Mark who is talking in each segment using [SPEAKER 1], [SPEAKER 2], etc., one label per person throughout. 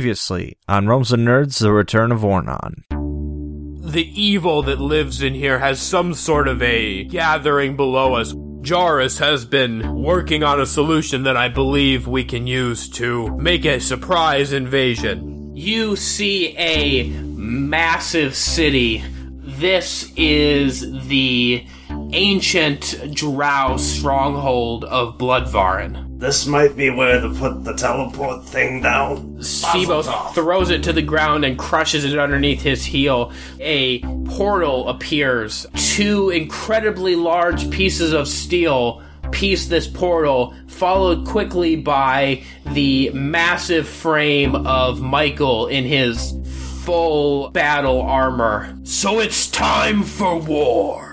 [SPEAKER 1] Previously on Realms of Nerds, The Return of Ornon.
[SPEAKER 2] The evil that lives in here has some sort of a gathering below us. Jarus has been working on a solution that I believe we can use to make a surprise invasion.
[SPEAKER 3] You see a massive city. This is the ancient Drow stronghold of Bloodvarin.
[SPEAKER 4] This might be where to put the teleport thing down.
[SPEAKER 3] Sibo throws it to the ground and crushes it underneath his heel. A portal appears. Two incredibly large pieces of steel piece this portal, followed quickly by the massive frame of Michael in his full battle armor. So it's time for war.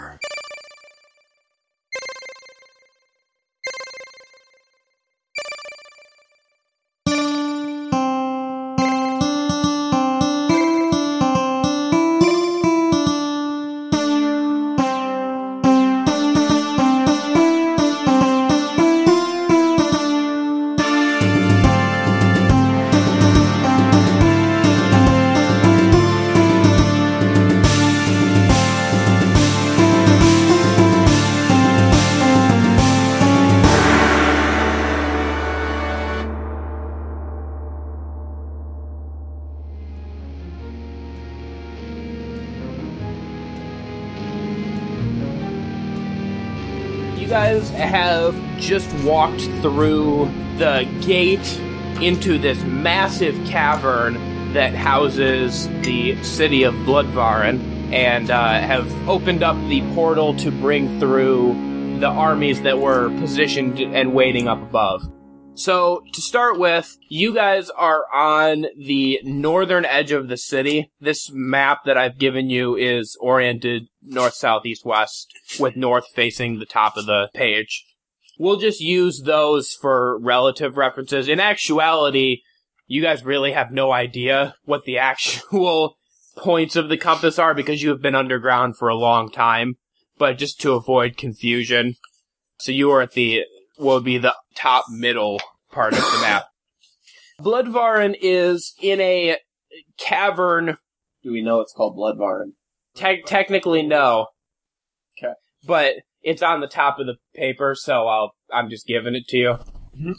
[SPEAKER 3] You guys have just walked through the gate into this massive cavern that houses the city of Bloodvarin and uh, have opened up the portal to bring through the armies that were positioned and waiting up above. So, to start with, you guys are on the northern edge of the city. This map that I've given you is oriented north, south, east, west, with north facing the top of the page. We'll just use those for relative references. In actuality, you guys really have no idea what the actual points of the compass are because you have been underground for a long time. But just to avoid confusion, so you are at the what would be the top middle part of the map. Bloodvarin is in a cavern.
[SPEAKER 5] Do we know it's called Bloodvarn?
[SPEAKER 3] Te- technically, no.
[SPEAKER 5] 'Kay.
[SPEAKER 3] But it's on the top of the paper, so I'll I'm just giving it to you.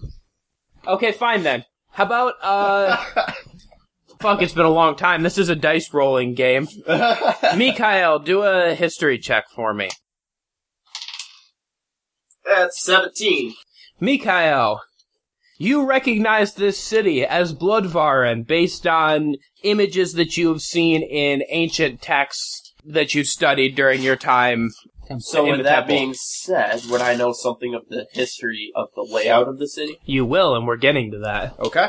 [SPEAKER 3] Okay, fine then. How about uh? fuck, it's been a long time. This is a dice rolling game. Mikhail, do a history check for me.
[SPEAKER 5] That's 17.
[SPEAKER 3] Mikhail, you recognize this city as Bloodvarin based on images that you have seen in ancient texts that you studied during your time.
[SPEAKER 5] So,
[SPEAKER 3] in
[SPEAKER 5] with
[SPEAKER 3] the
[SPEAKER 5] that
[SPEAKER 3] temple.
[SPEAKER 5] being said, would I know something of the history of the layout of the city?
[SPEAKER 3] You will, and we're getting to that.
[SPEAKER 5] Okay.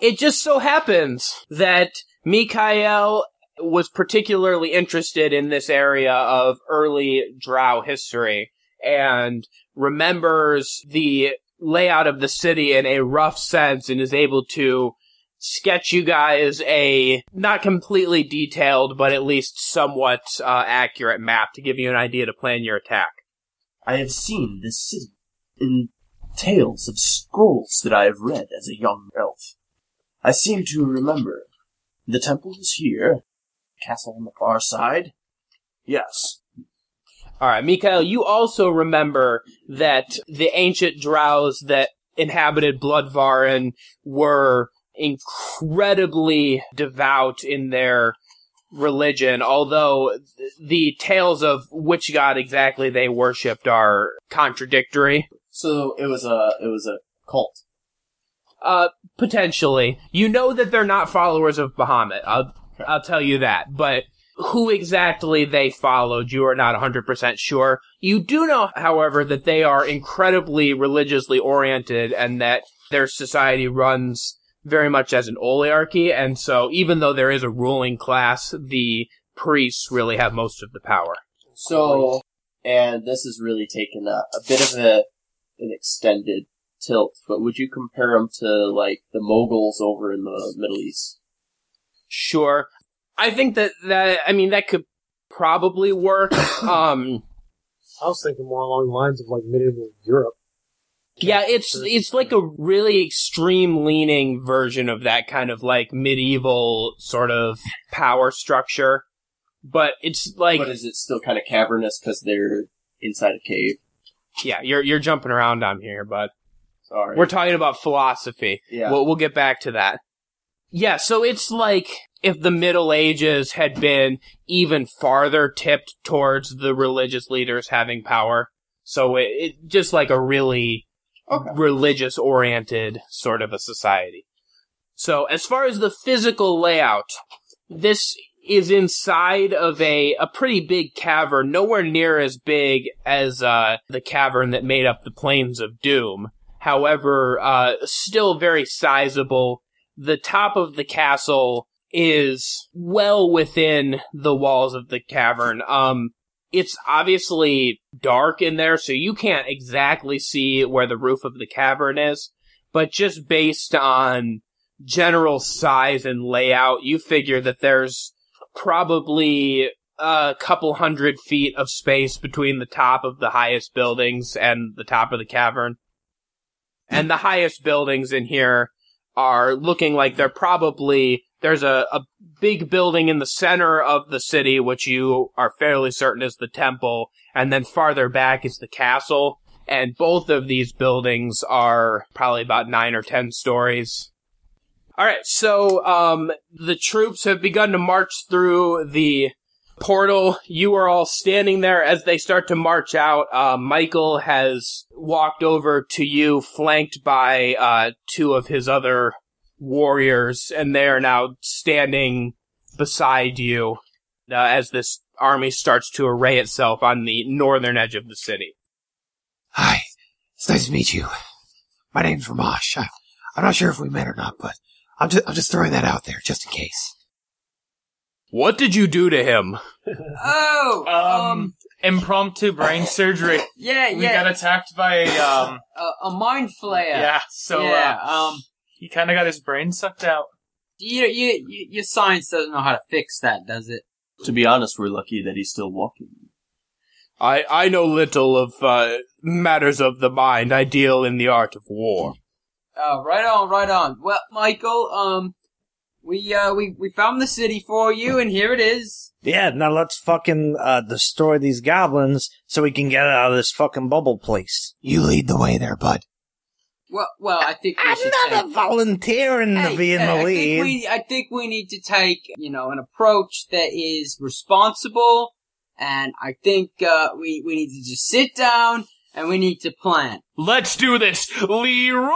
[SPEAKER 3] It just so happens that Mikhail was particularly interested in this area of early Drow history and remembers the layout of the city in a rough sense and is able to sketch you guys a not completely detailed but at least somewhat uh, accurate map to give you an idea to plan your attack.
[SPEAKER 5] I have seen this city in tales of scrolls that I have read as a young elf. I seem to remember the temple is here, castle on the far side. Yes.
[SPEAKER 3] All right, Mikael, you also remember that the ancient drows that inhabited Bloodvarin were incredibly devout in their religion, although th- the tales of which god exactly they worshipped are contradictory.
[SPEAKER 5] So it was a it was a cult.
[SPEAKER 3] Uh, potentially. You know that they're not followers of Bahamut. I'll, I'll tell you that. But who exactly they followed, you are not 100% sure. You do know, however, that they are incredibly religiously oriented and that their society runs very much as an oligarchy. And so even though there is a ruling class, the priests really have most of the power.
[SPEAKER 5] So, and this has really taken a, a bit of a an extended tilt, but would you compare them to like the Moguls over in the Middle East?
[SPEAKER 3] Sure. I think that, that, I mean, that could probably work. um,
[SPEAKER 6] I was thinking more along the lines of like medieval Europe.
[SPEAKER 3] Yeah, it's it's like a really extreme leaning version of that kind of like medieval sort of power structure. But it's like
[SPEAKER 5] but is it still kind of cavernous because they're inside a cave?
[SPEAKER 3] yeah, you're you're jumping around on here, but
[SPEAKER 5] Sorry.
[SPEAKER 3] we're talking about philosophy.
[SPEAKER 5] yeah.
[SPEAKER 3] We'll, we'll get back to that. Yeah, so it's like if the Middle Ages had been even farther tipped towards the religious leaders having power. So it, it just like a really
[SPEAKER 5] Okay.
[SPEAKER 3] religious oriented sort of a society. So as far as the physical layout, this is inside of a, a pretty big cavern, nowhere near as big as uh, the cavern that made up the Plains of Doom. However, uh, still very sizable. The top of the castle is well within the walls of the cavern. Um, it's obviously dark in there, so you can't exactly see where the roof of the cavern is. But just based on general size and layout, you figure that there's probably a couple hundred feet of space between the top of the highest buildings and the top of the cavern. And the highest buildings in here are looking like they're probably there's a, a big building in the center of the city, which you are fairly certain is the temple, and then farther back is the castle. And both of these buildings are probably about nine or ten stories. All right, so um, the troops have begun to march through the portal. You are all standing there as they start to march out. Uh, Michael has walked over to you, flanked by uh, two of his other warriors, and they are now standing beside you uh, as this army starts to array itself on the northern edge of the city.
[SPEAKER 6] Hi, it's nice to meet you. My name's Ramash. I, I'm not sure if we met or not, but I'm just, I'm just throwing that out there just in case.
[SPEAKER 2] What did you do to him?
[SPEAKER 7] Oh, um,
[SPEAKER 8] Um, impromptu brain surgery.
[SPEAKER 7] yeah,
[SPEAKER 8] We
[SPEAKER 7] yeah,
[SPEAKER 8] got attacked by a, um,
[SPEAKER 7] a, a mind flayer.
[SPEAKER 8] yeah. so
[SPEAKER 7] yeah.
[SPEAKER 8] uh,
[SPEAKER 7] um,
[SPEAKER 8] he kind of got his brain sucked out.
[SPEAKER 7] you, you, you, your science doesn't know how to fix that, does it?
[SPEAKER 5] to be honest, we're lucky that he's still walking.
[SPEAKER 2] I, I know little of uh, matters of the mind. I deal in the art of war.
[SPEAKER 7] Oh, right on, right on. Well, Michael, um, we, uh, we, we found the city for you, and here it is.
[SPEAKER 4] Yeah, now let's fucking uh, destroy these goblins so we can get out of this fucking bubble place.
[SPEAKER 6] You lead the way there, bud.
[SPEAKER 7] Well, well, I think we should take-
[SPEAKER 4] volunteering
[SPEAKER 7] Hey, hey, I think we, I think we need to take, you know, an approach that is responsible, and I think uh, we we need to just sit down and we need to plan.
[SPEAKER 8] Let's do this, Leroy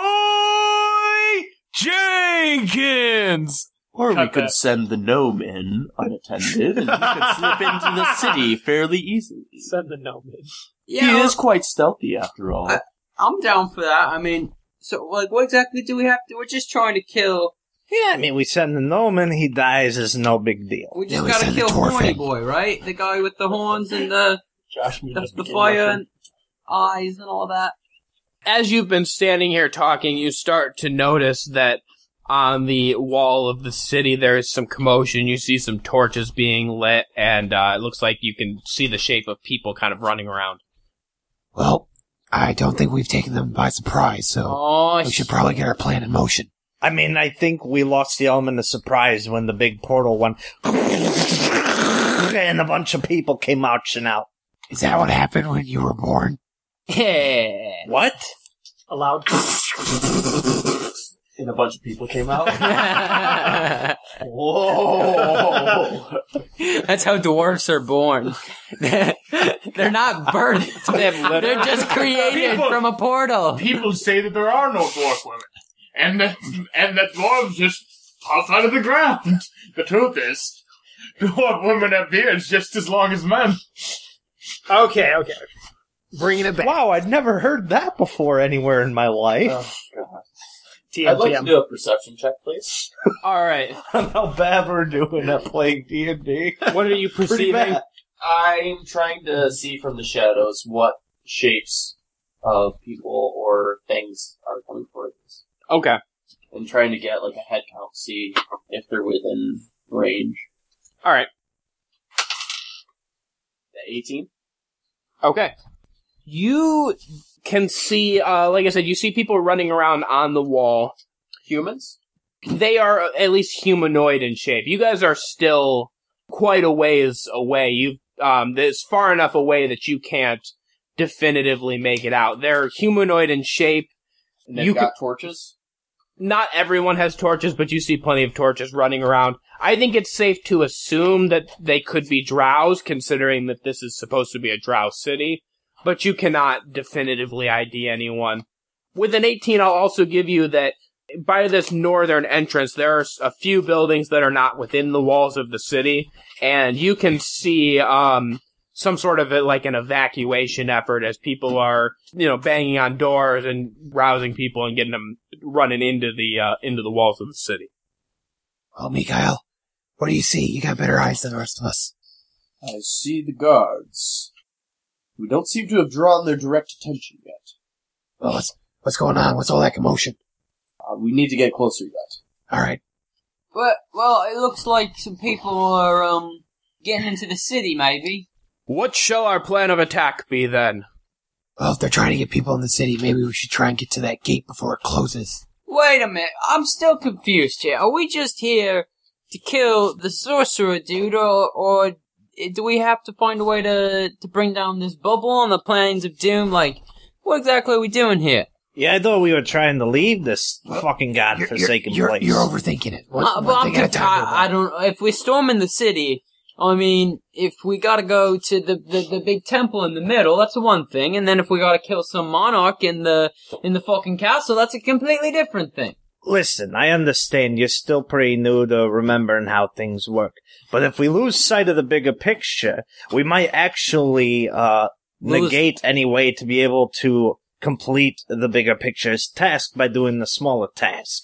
[SPEAKER 8] Jenkins.
[SPEAKER 5] Or we
[SPEAKER 8] Cut
[SPEAKER 5] could
[SPEAKER 8] that.
[SPEAKER 5] send the gnome in unattended, and he could slip into the city fairly easily.
[SPEAKER 8] Send the gnome in.
[SPEAKER 7] Yeah,
[SPEAKER 5] He is quite stealthy, after all.
[SPEAKER 7] I- I'm down for that. I mean, so like, what exactly do we have to? We're just trying to kill.
[SPEAKER 4] Yeah, I mean, we send the gnome in, he dies, it's no big deal.
[SPEAKER 7] We
[SPEAKER 6] Yeah,
[SPEAKER 7] just
[SPEAKER 6] we
[SPEAKER 7] gotta
[SPEAKER 6] send the
[SPEAKER 7] kill
[SPEAKER 6] dwarf
[SPEAKER 7] horny
[SPEAKER 6] in.
[SPEAKER 7] boy, right? The guy with the horns and the
[SPEAKER 5] Josh,
[SPEAKER 7] the, the fire and eyes and all that.
[SPEAKER 3] as you've been standing here talking, you start to notice that on the wall of the city there is some commotion. You see some torches being lit, and uh, it looks like you can see the shape of people kind of running around.
[SPEAKER 6] Well, I don't think we've taken them by surprise, so
[SPEAKER 3] Oh,
[SPEAKER 6] we should probably get our plan in motion.
[SPEAKER 4] I mean, I think we lost the element of surprise when the big portal went. And a bunch of people came marching out.
[SPEAKER 6] Is that what happened when you were born?
[SPEAKER 7] Yeah.
[SPEAKER 4] What?
[SPEAKER 8] A loud
[SPEAKER 5] And a bunch of people came out.
[SPEAKER 4] Whoa!
[SPEAKER 7] That's how dwarves are born. They're not birthed. They're just created
[SPEAKER 8] People-
[SPEAKER 7] from a portal.
[SPEAKER 8] people say that there are no dwarf women, and that and that dwarves just pop out of the ground. The truth is, dwarf women have beards just as long as men.
[SPEAKER 2] Okay, okay.
[SPEAKER 8] Bringing it
[SPEAKER 4] wow, I'd never heard that before anywhere in my life.
[SPEAKER 5] Oh, I'd like to do a perception check, please.
[SPEAKER 3] all right.
[SPEAKER 4] Oh. How bad we're doing at playing D and D.
[SPEAKER 3] What are you perceiving?
[SPEAKER 5] I'm trying to see from the shadows what shapes of people or things are coming towards us.
[SPEAKER 3] Okay.
[SPEAKER 5] And trying to get like a head count, see if they're within range.
[SPEAKER 3] All right.
[SPEAKER 5] 18?
[SPEAKER 3] Okay. You can see, uh, like I said, you see people running around on the wall.
[SPEAKER 5] Humans?
[SPEAKER 3] They are at least humanoid in shape. You guys are still quite a ways away. You, um, it's far enough away that you can't definitively make it out. They're humanoid in shape.
[SPEAKER 5] And they've
[SPEAKER 3] You
[SPEAKER 5] got torches?
[SPEAKER 3] Not everyone has torches, but you see plenty of torches running around. I think it's safe to assume that they could be drows, considering that this is supposed to be a drow city, but you cannot definitively ID anyone. With an 18, I'll also give you that by this northern entrance, there are a few buildings that are not within the walls of the city, and you can see, um, some sort of uh, like an evacuation effort as people are, you know, banging on doors and rousing people and getting them running into the uh, into the walls of the city.
[SPEAKER 6] Well, Mikhail, what do you see? You got better eyes than the rest of us.
[SPEAKER 5] I see the guards. We don't seem to have drawn their direct attention yet.
[SPEAKER 6] Well, what's, what's going on? What's all that commotion?
[SPEAKER 5] Uh, we need to get closer yet.
[SPEAKER 6] All right.
[SPEAKER 7] But well, it looks like some people are um getting into the city, maybe.
[SPEAKER 3] What shall our plan of attack be then?
[SPEAKER 6] Well, if they're trying to get people in the city, maybe we should try and get to that gate before it closes.
[SPEAKER 7] Wait a minute, I'm still confused here. Are we just here to kill the sorcerer dude, or or do we have to find a way to to bring down this bubble on the plains of doom? Like, what exactly are we doing here?
[SPEAKER 4] Yeah, I thought we were trying to leave this fucking godforsaken
[SPEAKER 6] you're,
[SPEAKER 4] place.
[SPEAKER 6] You're overthinking it. One,
[SPEAKER 7] Uh,
[SPEAKER 6] one
[SPEAKER 7] but I'm
[SPEAKER 6] thing at a
[SPEAKER 7] conf-
[SPEAKER 6] time.
[SPEAKER 7] I, I don't. If we're storming the city, I mean, if we gotta go to the, the the big temple in the middle, that's one thing, and then if we gotta kill some monarch in the in the fucking castle, that's a completely different thing.
[SPEAKER 4] Listen, I understand you're still pretty new to remembering how things work, but if we lose sight of the bigger picture, we might actually uh,
[SPEAKER 7] Lose-
[SPEAKER 4] negate any way to be able to complete the bigger picture's task by doing the smaller task.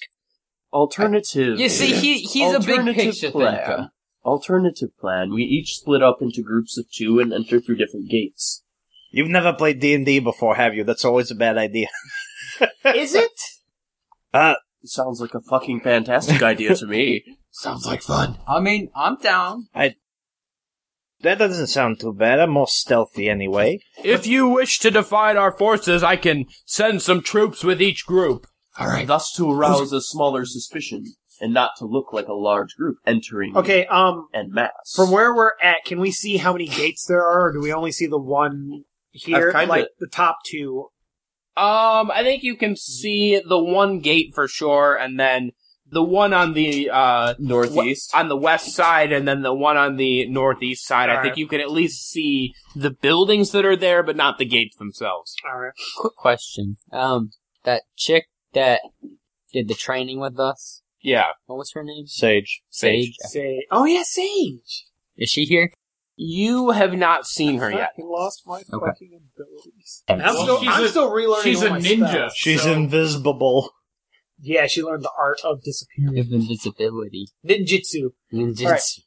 [SPEAKER 5] Alternative.
[SPEAKER 7] You see, he he's a big picture thinker.
[SPEAKER 5] Alternative plan. We each split up into groups of two and enter through different gates.
[SPEAKER 4] You've never played D and D before, have you? That's always a bad idea.
[SPEAKER 7] Is it?
[SPEAKER 5] Uh, Sounds like a fucking fantastic idea to me.
[SPEAKER 6] Sounds like fun.
[SPEAKER 7] I mean, I'm down.
[SPEAKER 4] That doesn't sound too bad. I'm more stealthy anyway.
[SPEAKER 2] If you wish to divide our forces, I can send some troops with each group.
[SPEAKER 6] All right.
[SPEAKER 5] Thus to arouse a smaller suspicion and not to look like a large group entering
[SPEAKER 9] Okay, um,
[SPEAKER 5] en masse.
[SPEAKER 9] from where we're at, can we see how many gates there are, or do we only see the one here?
[SPEAKER 5] I've kinda-
[SPEAKER 9] like the top two.
[SPEAKER 3] Um, I think you can see the one gate for sure, and then the one on the uh
[SPEAKER 5] northeast?
[SPEAKER 3] on the west side, and then the one on the northeast side. I
[SPEAKER 9] Alright.
[SPEAKER 3] think you can at least see the buildings that are there, but not the gates themselves.
[SPEAKER 9] All right.
[SPEAKER 7] Quick question. Um, that chick that did the training with us.
[SPEAKER 3] Yeah,
[SPEAKER 7] What was her name?
[SPEAKER 4] Sage.
[SPEAKER 7] Sage.
[SPEAKER 9] Say, oh yeah, Sage.
[SPEAKER 7] Is she here?
[SPEAKER 3] you have not seen her yet.
[SPEAKER 9] I lost my fucking abilities.
[SPEAKER 7] Well,
[SPEAKER 9] I'm still,
[SPEAKER 8] she's
[SPEAKER 9] I'm
[SPEAKER 8] a-
[SPEAKER 9] still relearning.
[SPEAKER 8] she's
[SPEAKER 9] all
[SPEAKER 8] a
[SPEAKER 9] my
[SPEAKER 8] ninja.
[SPEAKER 9] spells.
[SPEAKER 4] She's
[SPEAKER 8] So-
[SPEAKER 4] invisible.
[SPEAKER 9] Yeah, she learned the art of disappearing.
[SPEAKER 7] Of invisibility.
[SPEAKER 9] Ninjutsu.
[SPEAKER 7] Ninjutsu.
[SPEAKER 9] Alright.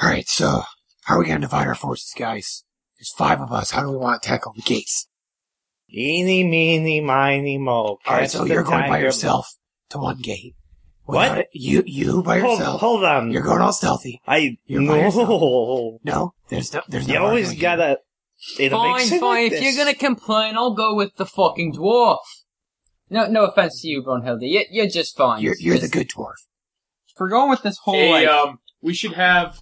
[SPEAKER 6] All right. So, how are we going to divide our forces, guys? There's five of us. How do we want to tackle the gates?
[SPEAKER 4] Eeny, meeny, miny, mo.
[SPEAKER 6] All right.
[SPEAKER 4] Catch
[SPEAKER 6] So
[SPEAKER 4] the
[SPEAKER 6] you're going by
[SPEAKER 4] tiger.
[SPEAKER 6] yourself to one gate.
[SPEAKER 4] What?
[SPEAKER 6] Without it- You you by
[SPEAKER 4] Hold,
[SPEAKER 6] yourself.
[SPEAKER 4] hold on.
[SPEAKER 6] You're going all stealthy.
[SPEAKER 4] I
[SPEAKER 6] You're by yourself.
[SPEAKER 4] no.
[SPEAKER 6] No, there's no there's no.
[SPEAKER 4] You always
[SPEAKER 6] arguing here.
[SPEAKER 4] gotta. In a big
[SPEAKER 7] Fine,
[SPEAKER 4] city
[SPEAKER 7] fine.
[SPEAKER 4] like
[SPEAKER 7] If
[SPEAKER 4] this-
[SPEAKER 7] you're gonna complain, I'll go with the fucking dwarf. No, no offense to you, Brunhilde. You're, you're just fine.
[SPEAKER 6] You're you're the good dwarf.
[SPEAKER 7] If we're going with this whole
[SPEAKER 8] a,
[SPEAKER 7] like,
[SPEAKER 8] um, we should have.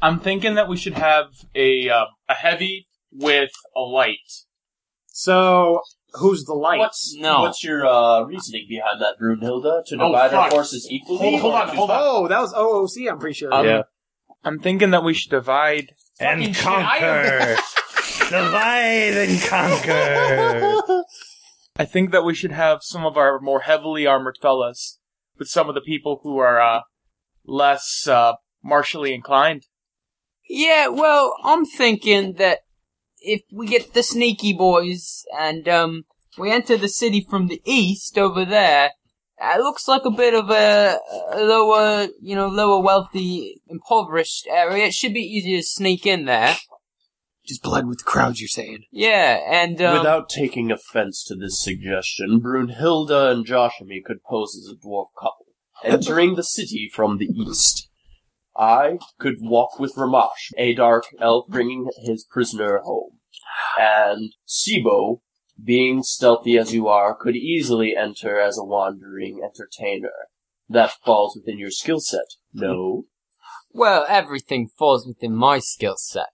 [SPEAKER 8] I'm thinking that we should have a uh, a heavy with a light.
[SPEAKER 9] So who's the light?
[SPEAKER 5] What's
[SPEAKER 7] No.
[SPEAKER 5] What's your uh, reasoning behind that, Brunhilda? To
[SPEAKER 8] Oh,
[SPEAKER 5] divide our
[SPEAKER 8] fuck.
[SPEAKER 5] forces equally?
[SPEAKER 8] Hold- hold
[SPEAKER 5] or
[SPEAKER 8] on,
[SPEAKER 5] to-
[SPEAKER 8] hold on.
[SPEAKER 9] Oh, that was OOC. I'm pretty sure.
[SPEAKER 8] Um,
[SPEAKER 4] Yeah.
[SPEAKER 8] I'm thinking that we should divide.
[SPEAKER 4] and
[SPEAKER 8] Fucking shit, I
[SPEAKER 4] conquer. Divide and conquer.
[SPEAKER 8] I think that we should have some of our more heavily armored fellas with some of the people who are uh, less uh, martially inclined.
[SPEAKER 7] yeah. Well, I'm thinking that if we get the sneaky boys and um, we enter the city from the east over there, it looks like a bit of a, a lower, you know, lower wealthy, impoverished area. It should be easier to sneak in there.
[SPEAKER 6] Just blend with the crowds. You're saying.
[SPEAKER 7] Yeah, and um,
[SPEAKER 5] Without taking offense to this suggestion, Brunhilda and Joshimi could pose as a dwarf couple, entering the city from the east. I could walk with Ramash, a dark elf bringing his prisoner home. and Sibo, being stealthy as you are, could easily enter as a wandering entertainer. That falls within your skill set. No,
[SPEAKER 7] Well, everything falls within my skill set.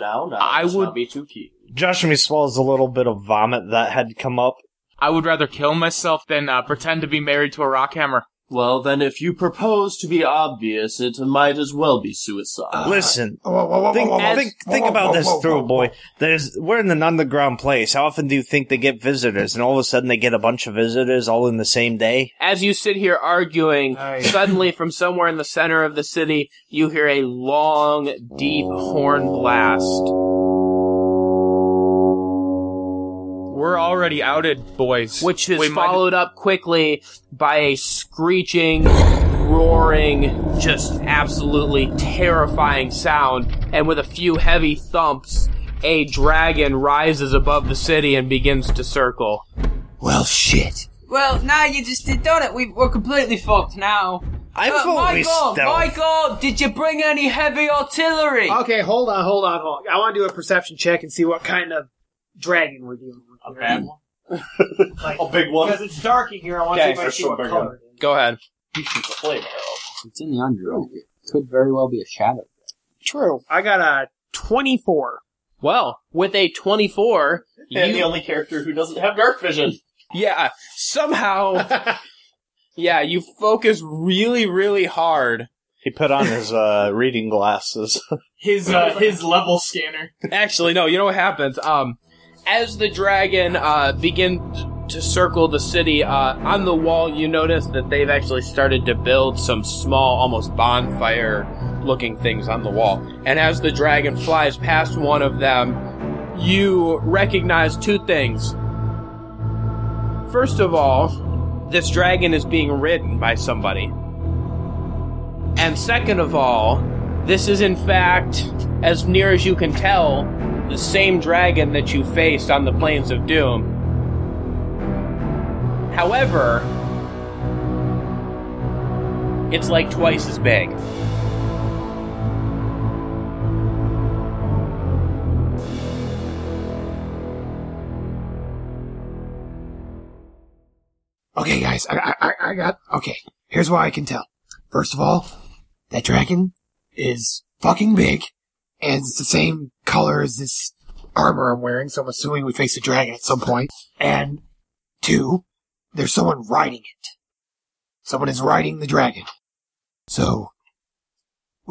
[SPEAKER 5] no, no.
[SPEAKER 3] I
[SPEAKER 5] let's
[SPEAKER 3] would-
[SPEAKER 5] not be too keen.
[SPEAKER 4] Joshua swallows a little bit of vomit that had come up.
[SPEAKER 8] I would rather kill myself than uh, pretend to be married to a rock hammer.
[SPEAKER 5] Well, then, if you propose to be obvious, it might as well be suicide.
[SPEAKER 4] Listen,
[SPEAKER 6] Uh, Whoa, whoa, whoa, whoa,
[SPEAKER 4] think
[SPEAKER 6] whoa, whoa,
[SPEAKER 4] think,
[SPEAKER 6] whoa,
[SPEAKER 4] think
[SPEAKER 6] whoa,
[SPEAKER 4] about
[SPEAKER 6] whoa,
[SPEAKER 4] this
[SPEAKER 6] whoa,
[SPEAKER 4] through,
[SPEAKER 6] whoa,
[SPEAKER 4] boy. There's we're in an underground place. How often do you think they get visitors, and all of a sudden they get a bunch of visitors all in the same day?
[SPEAKER 3] As you sit here arguing, suddenly from somewhere in the center of the city, you hear a long, deep horn blast.
[SPEAKER 8] We're already outed, boys.
[SPEAKER 3] which is
[SPEAKER 8] We might-
[SPEAKER 3] followed up quickly by a screeching, roaring, just absolutely terrifying sound. And with a few heavy thumps, a dragon rises above the city and begins to circle.
[SPEAKER 6] Well, shit.
[SPEAKER 7] Well, now you just did done it. We, we're completely fucked now.
[SPEAKER 4] I'm
[SPEAKER 7] Uh,
[SPEAKER 4] fully
[SPEAKER 7] Michael,
[SPEAKER 4] stealth.
[SPEAKER 7] Michael, did you bring any heavy artillery?
[SPEAKER 9] Okay, hold on, hold on, hold on. I want to do a perception check and see what kind of dragon we're dealing with.
[SPEAKER 5] A
[SPEAKER 9] here.
[SPEAKER 5] bad one?
[SPEAKER 9] Like,
[SPEAKER 5] A big one?
[SPEAKER 9] Because it's dark in here, I want to see
[SPEAKER 5] Okay,
[SPEAKER 9] if I
[SPEAKER 5] that's
[SPEAKER 9] see what
[SPEAKER 5] so big
[SPEAKER 9] color it is.
[SPEAKER 3] Go ahead.
[SPEAKER 5] He shoots a flame arrow.
[SPEAKER 7] It's in the underworld. It could very well be a shadow.
[SPEAKER 9] True. I got a 24.
[SPEAKER 3] Well, with a 24,
[SPEAKER 5] And the
[SPEAKER 3] you,
[SPEAKER 5] only character who doesn't have dark vision.
[SPEAKER 3] yeah, somehow, yeah, you focus really, really hard.
[SPEAKER 4] He put on his uh, reading glasses.
[SPEAKER 8] his uh, his level scanner.
[SPEAKER 3] Actually, no. You know what happens? Um, as the dragon uh, begins to circle the city, uh, on the wall, you notice that they've actually started to build some small, almost bonfire-looking things on the wall. And as the dragon flies past one of them, you recognize two things. First of all, this dragon is being ridden by somebody. And second of all, this is in fact, as near as you can tell, the same dragon that you faced on the Plains of Doom. However, it's like twice as big.
[SPEAKER 6] Okay, guys, I, I, I- I got. Okay, here's what I can tell. First of all, that dragon is fucking big, and it's the same color as this armor I'm wearing, so I'm assuming we face a dragon at some point. And two, there's someone riding it. Someone is riding the dragon. So,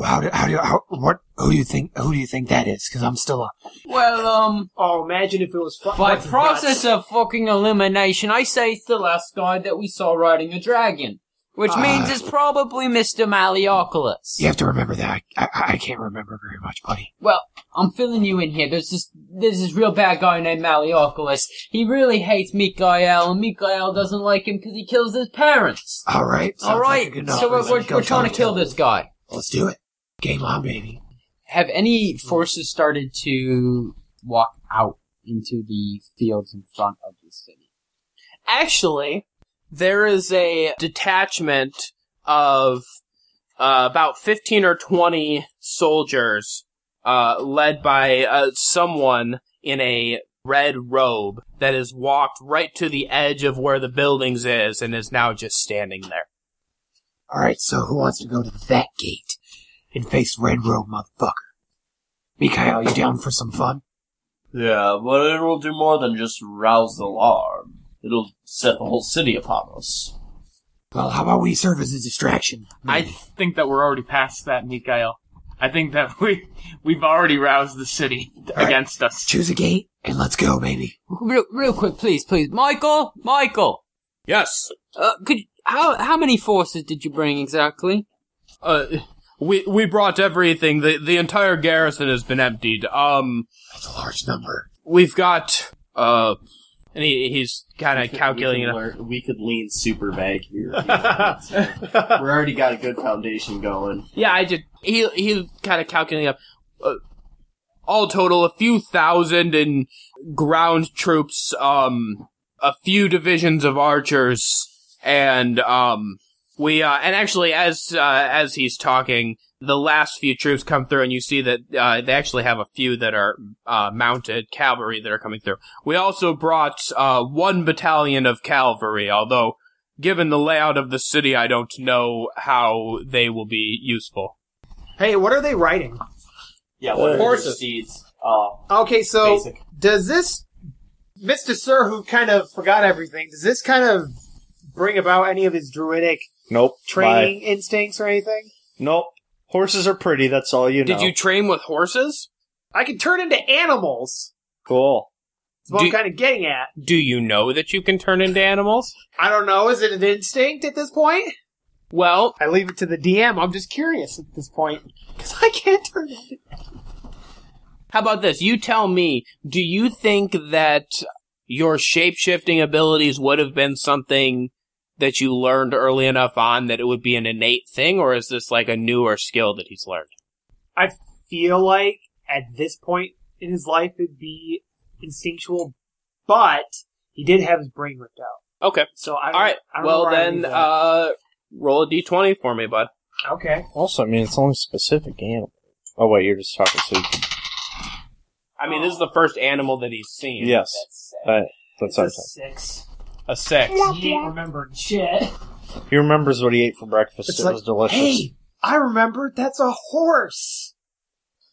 [SPEAKER 6] how do, how do, how, what, who do you think, who do you think that is? Cause I'm still on.
[SPEAKER 7] Well, um,
[SPEAKER 9] Oh, imagine if it was fu-
[SPEAKER 7] by
[SPEAKER 9] what's his
[SPEAKER 7] process
[SPEAKER 9] nuts.
[SPEAKER 7] of fucking elimination, I say it's the last guy that we saw riding a dragon. Which
[SPEAKER 6] Ah.
[SPEAKER 7] means it's probably Mr. Malioculus.
[SPEAKER 6] You have to remember that. I, I, I can't remember very much, buddy.
[SPEAKER 7] Well, I'm filling you in here. There's this there's this real bad guy named Malioculus. He really hates Mikael, and Mikael doesn't like him because he kills his parents.
[SPEAKER 6] All right. Ah, sounds
[SPEAKER 7] All right,
[SPEAKER 6] like a good enough
[SPEAKER 7] so we're,
[SPEAKER 6] reason
[SPEAKER 7] we're,
[SPEAKER 6] to go
[SPEAKER 7] we're trying to kill
[SPEAKER 6] toe-to-toe.
[SPEAKER 7] this guy.
[SPEAKER 6] Let's do it. Game on, baby.
[SPEAKER 7] Have any forces started to walk out into the fields in front of the city?
[SPEAKER 3] Actually, there is a detachment of uh, about 15 or 20 soldiers uh, led by uh, someone in a red robe that has walked right to the edge of where the buildings is and is now just standing there.
[SPEAKER 6] All right, so who wants to go to that gate and face Red Robe, motherfucker? Mikhail, you down for some fun?
[SPEAKER 5] Yeah, but it will do more than just rouse the alarm. It'll set the whole city upon us.
[SPEAKER 6] Well, how about we serve as a distraction?
[SPEAKER 8] I think that we're already past that, Mikael. I think that we we've already roused the city
[SPEAKER 6] right.
[SPEAKER 8] against us.
[SPEAKER 6] Choose a gate and let's go, baby.
[SPEAKER 7] Real, real quick, please, please, Michael, Michael.
[SPEAKER 2] Yes.
[SPEAKER 7] Uh, could how how many forces did you bring exactly?
[SPEAKER 2] Uh,
[SPEAKER 3] We we brought everything. The the entire garrison has been emptied. Um
[SPEAKER 6] That's a large number.
[SPEAKER 3] we've got uh and he, he's kind of calculating
[SPEAKER 5] we
[SPEAKER 3] it.
[SPEAKER 5] could,
[SPEAKER 3] up.
[SPEAKER 5] lear- we could lean super vague here. We're already got a good foundation going.
[SPEAKER 3] Yeah, I did. He he kind of calculating up. Uh, all total, a few thousand in ground troops, um, a few divisions of archers, and um, We uh, and actually, as uh, as he's talking, the last few troops come through, and you see that uh, they actually have a few that are uh, mounted cavalry that are coming through. We also brought uh, one battalion of cavalry, although given the layout of the city, I don't know how they will be useful.
[SPEAKER 9] Hey, what are they writing?
[SPEAKER 5] Yeah, what are
[SPEAKER 9] Horses.
[SPEAKER 5] the seeds? Uh,
[SPEAKER 9] Okay, so
[SPEAKER 5] Basic.
[SPEAKER 9] does this Mr. Sir, who kind of forgot everything, does this kind of bring about any of his druidic
[SPEAKER 4] Nope.
[SPEAKER 9] training instincts or anything?
[SPEAKER 4] Bye. Nope. Horses are pretty. That's all you know.
[SPEAKER 3] Did you train with horses?
[SPEAKER 9] I can turn into animals.
[SPEAKER 4] Cool.
[SPEAKER 9] That's what
[SPEAKER 3] Do-
[SPEAKER 9] I'm kind of getting at.
[SPEAKER 3] Do you know that you can turn into animals?
[SPEAKER 9] I don't know. Is it an instinct at this point?
[SPEAKER 3] Well,
[SPEAKER 9] I leave it to the DM. I'm just curious at this point because I can't turn. into-
[SPEAKER 3] How about this? You tell me, do you think that your shape-shifting abilities would have been something that you learned early enough on that it would be an innate thing, or is this like a newer skill that he's learned?
[SPEAKER 9] I feel like at this point in his life it'd be instinctual, but he did have his brain ripped out.
[SPEAKER 3] Okay.
[SPEAKER 9] So I don't,
[SPEAKER 3] All right.
[SPEAKER 9] I don't know
[SPEAKER 3] Well,
[SPEAKER 9] where I
[SPEAKER 3] then,
[SPEAKER 9] leave that.
[SPEAKER 3] uh, roll a d20 for me, bud.
[SPEAKER 9] okay.
[SPEAKER 4] Also, I mean, it's only specific animal. Oh wait, you're just talking. So
[SPEAKER 3] I mean,
[SPEAKER 9] Oh.
[SPEAKER 3] this is the first animal that he's seen.
[SPEAKER 4] yes, uh, that's what I'm
[SPEAKER 9] It's a six.
[SPEAKER 3] A six.
[SPEAKER 9] He ain't remembering shit.
[SPEAKER 4] saying. He remembers what he ate for breakfast.
[SPEAKER 9] It's
[SPEAKER 4] it
[SPEAKER 9] like,
[SPEAKER 4] was delicious.
[SPEAKER 9] Hey, I remember that's a horse.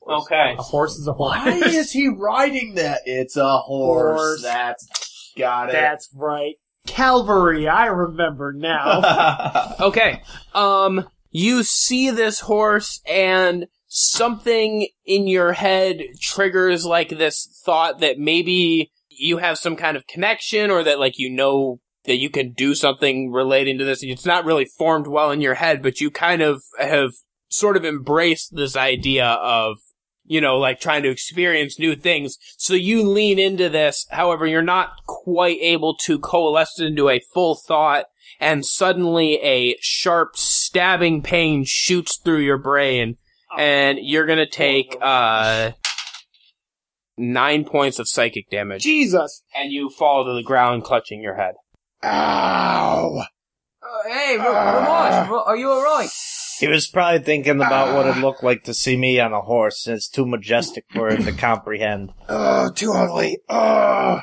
[SPEAKER 3] Okay.
[SPEAKER 9] A horse is a horse.
[SPEAKER 5] why is he riding that? It's a horse.
[SPEAKER 9] Horse.
[SPEAKER 5] That's got it.
[SPEAKER 9] That's right. Calvary, I remember now.
[SPEAKER 3] Okay. Um, you see this horse and something in your head triggers like this thought that maybe you have some kind of connection or that like you know that you can do something relating to this. It's not really formed well in your head, but you kind of have sort of embraced this idea of you know, like trying to experience new things. So you lean into this. However, you're not quite able to coalesce it into a full thought and suddenly a sharp stabbing pain shoots through your brain and you're gonna take uh nine points of psychic damage
[SPEAKER 9] Jesus.
[SPEAKER 3] and you fall to the ground clutching your head
[SPEAKER 6] Ow!
[SPEAKER 7] Uh, hey, Ra- Ramash, Ra- are you alright?
[SPEAKER 4] He was probably thinking about
[SPEAKER 6] Uh.
[SPEAKER 4] what it looked like to see me on a horse, and it's too majestic for him to comprehend.
[SPEAKER 6] Oh, too ugly. Oh,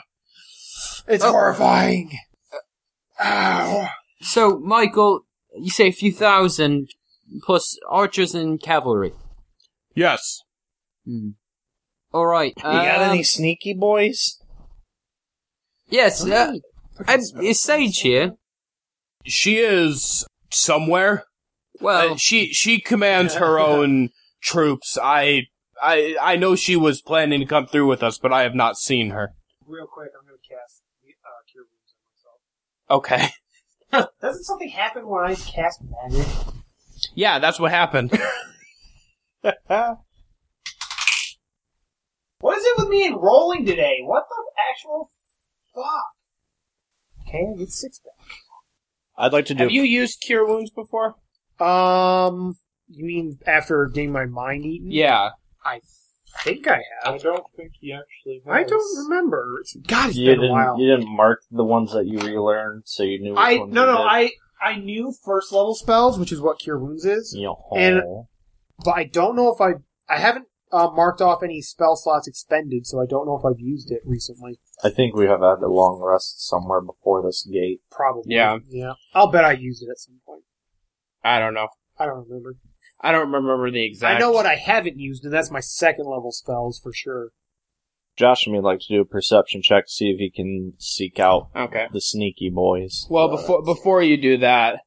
[SPEAKER 6] it's horrifying. Ow!
[SPEAKER 7] So, Michael, you say a few thousand plus archers and cavalry. Hmm.
[SPEAKER 2] Yes.
[SPEAKER 7] All right.
[SPEAKER 4] You got
[SPEAKER 7] um,
[SPEAKER 4] any sneaky boys?
[SPEAKER 7] Yes. Uh, and is Sage here?
[SPEAKER 2] She is somewhere.
[SPEAKER 7] Well,
[SPEAKER 2] Uh, she she commands her own troops. I I I know she was planning to come through with us, but I have not seen her.
[SPEAKER 9] Real quick, I'm going to cast uh, Cure Wounds on
[SPEAKER 3] okay
[SPEAKER 9] myself. Doesn't something happen when I cast magic?
[SPEAKER 3] yeah that's what happened
[SPEAKER 9] What is it with me and rolling today? What the actual fuck? Okay, I get six back.
[SPEAKER 4] I'd like to do.
[SPEAKER 3] have you used cure wounds before
[SPEAKER 9] Um, you mean after getting my mind eaten?
[SPEAKER 3] yeah
[SPEAKER 9] I think I have.
[SPEAKER 2] don't think he actually
[SPEAKER 9] I don't remember. God, it's
[SPEAKER 4] you
[SPEAKER 9] been a while.
[SPEAKER 4] didn't. You didn't mark the ones that you relearned, so you knew. Which
[SPEAKER 9] I
[SPEAKER 4] ones
[SPEAKER 9] no
[SPEAKER 4] you
[SPEAKER 9] no
[SPEAKER 4] did.
[SPEAKER 9] I I knew first level spells, which is what Cure Wounds is,
[SPEAKER 4] Yo-ho.
[SPEAKER 9] and- but I don't know if I I haven't uh, marked off any spell slots expended, so I don't know if I've used it recently.
[SPEAKER 4] I think we have had a long rest somewhere before this gate.
[SPEAKER 9] Probably.
[SPEAKER 3] Yeah.
[SPEAKER 9] Yeah. I'll bet I used it at some point.
[SPEAKER 3] i don't know
[SPEAKER 9] I don't remember.
[SPEAKER 3] i don't remember the exact
[SPEAKER 9] I know what I haven't used, and that's my second level spells for sure.
[SPEAKER 4] Josh and me'd like to do a perception check, see if he can seek out
[SPEAKER 3] okay
[SPEAKER 4] the sneaky boys.
[SPEAKER 3] Well, before before you do that,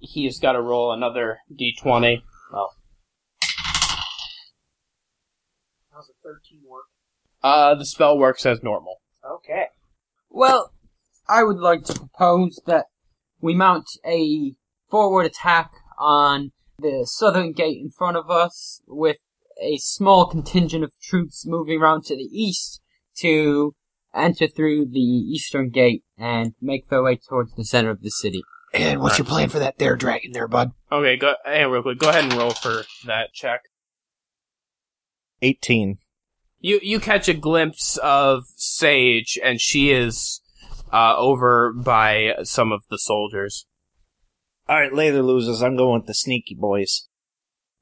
[SPEAKER 3] he's got to roll another d20.
[SPEAKER 9] How's a thirteen work?
[SPEAKER 3] Uh, the spell works as normal.
[SPEAKER 9] Okay.
[SPEAKER 7] well, I would like to propose that we mount a forward attack on the southern gate in front of us with a small contingent of troops moving around to the east to enter through the eastern gate and make their way towards the center of the city.
[SPEAKER 6] And what's your plan for that there dragon there, bud?
[SPEAKER 3] Okay, go hey, real quick, go ahead and roll for that check.
[SPEAKER 4] 18.
[SPEAKER 3] You you catch a glimpse of Sage, and she is uh, over by some of the soldiers.
[SPEAKER 4] All right, later, losers. I'm going with the sneaky boys.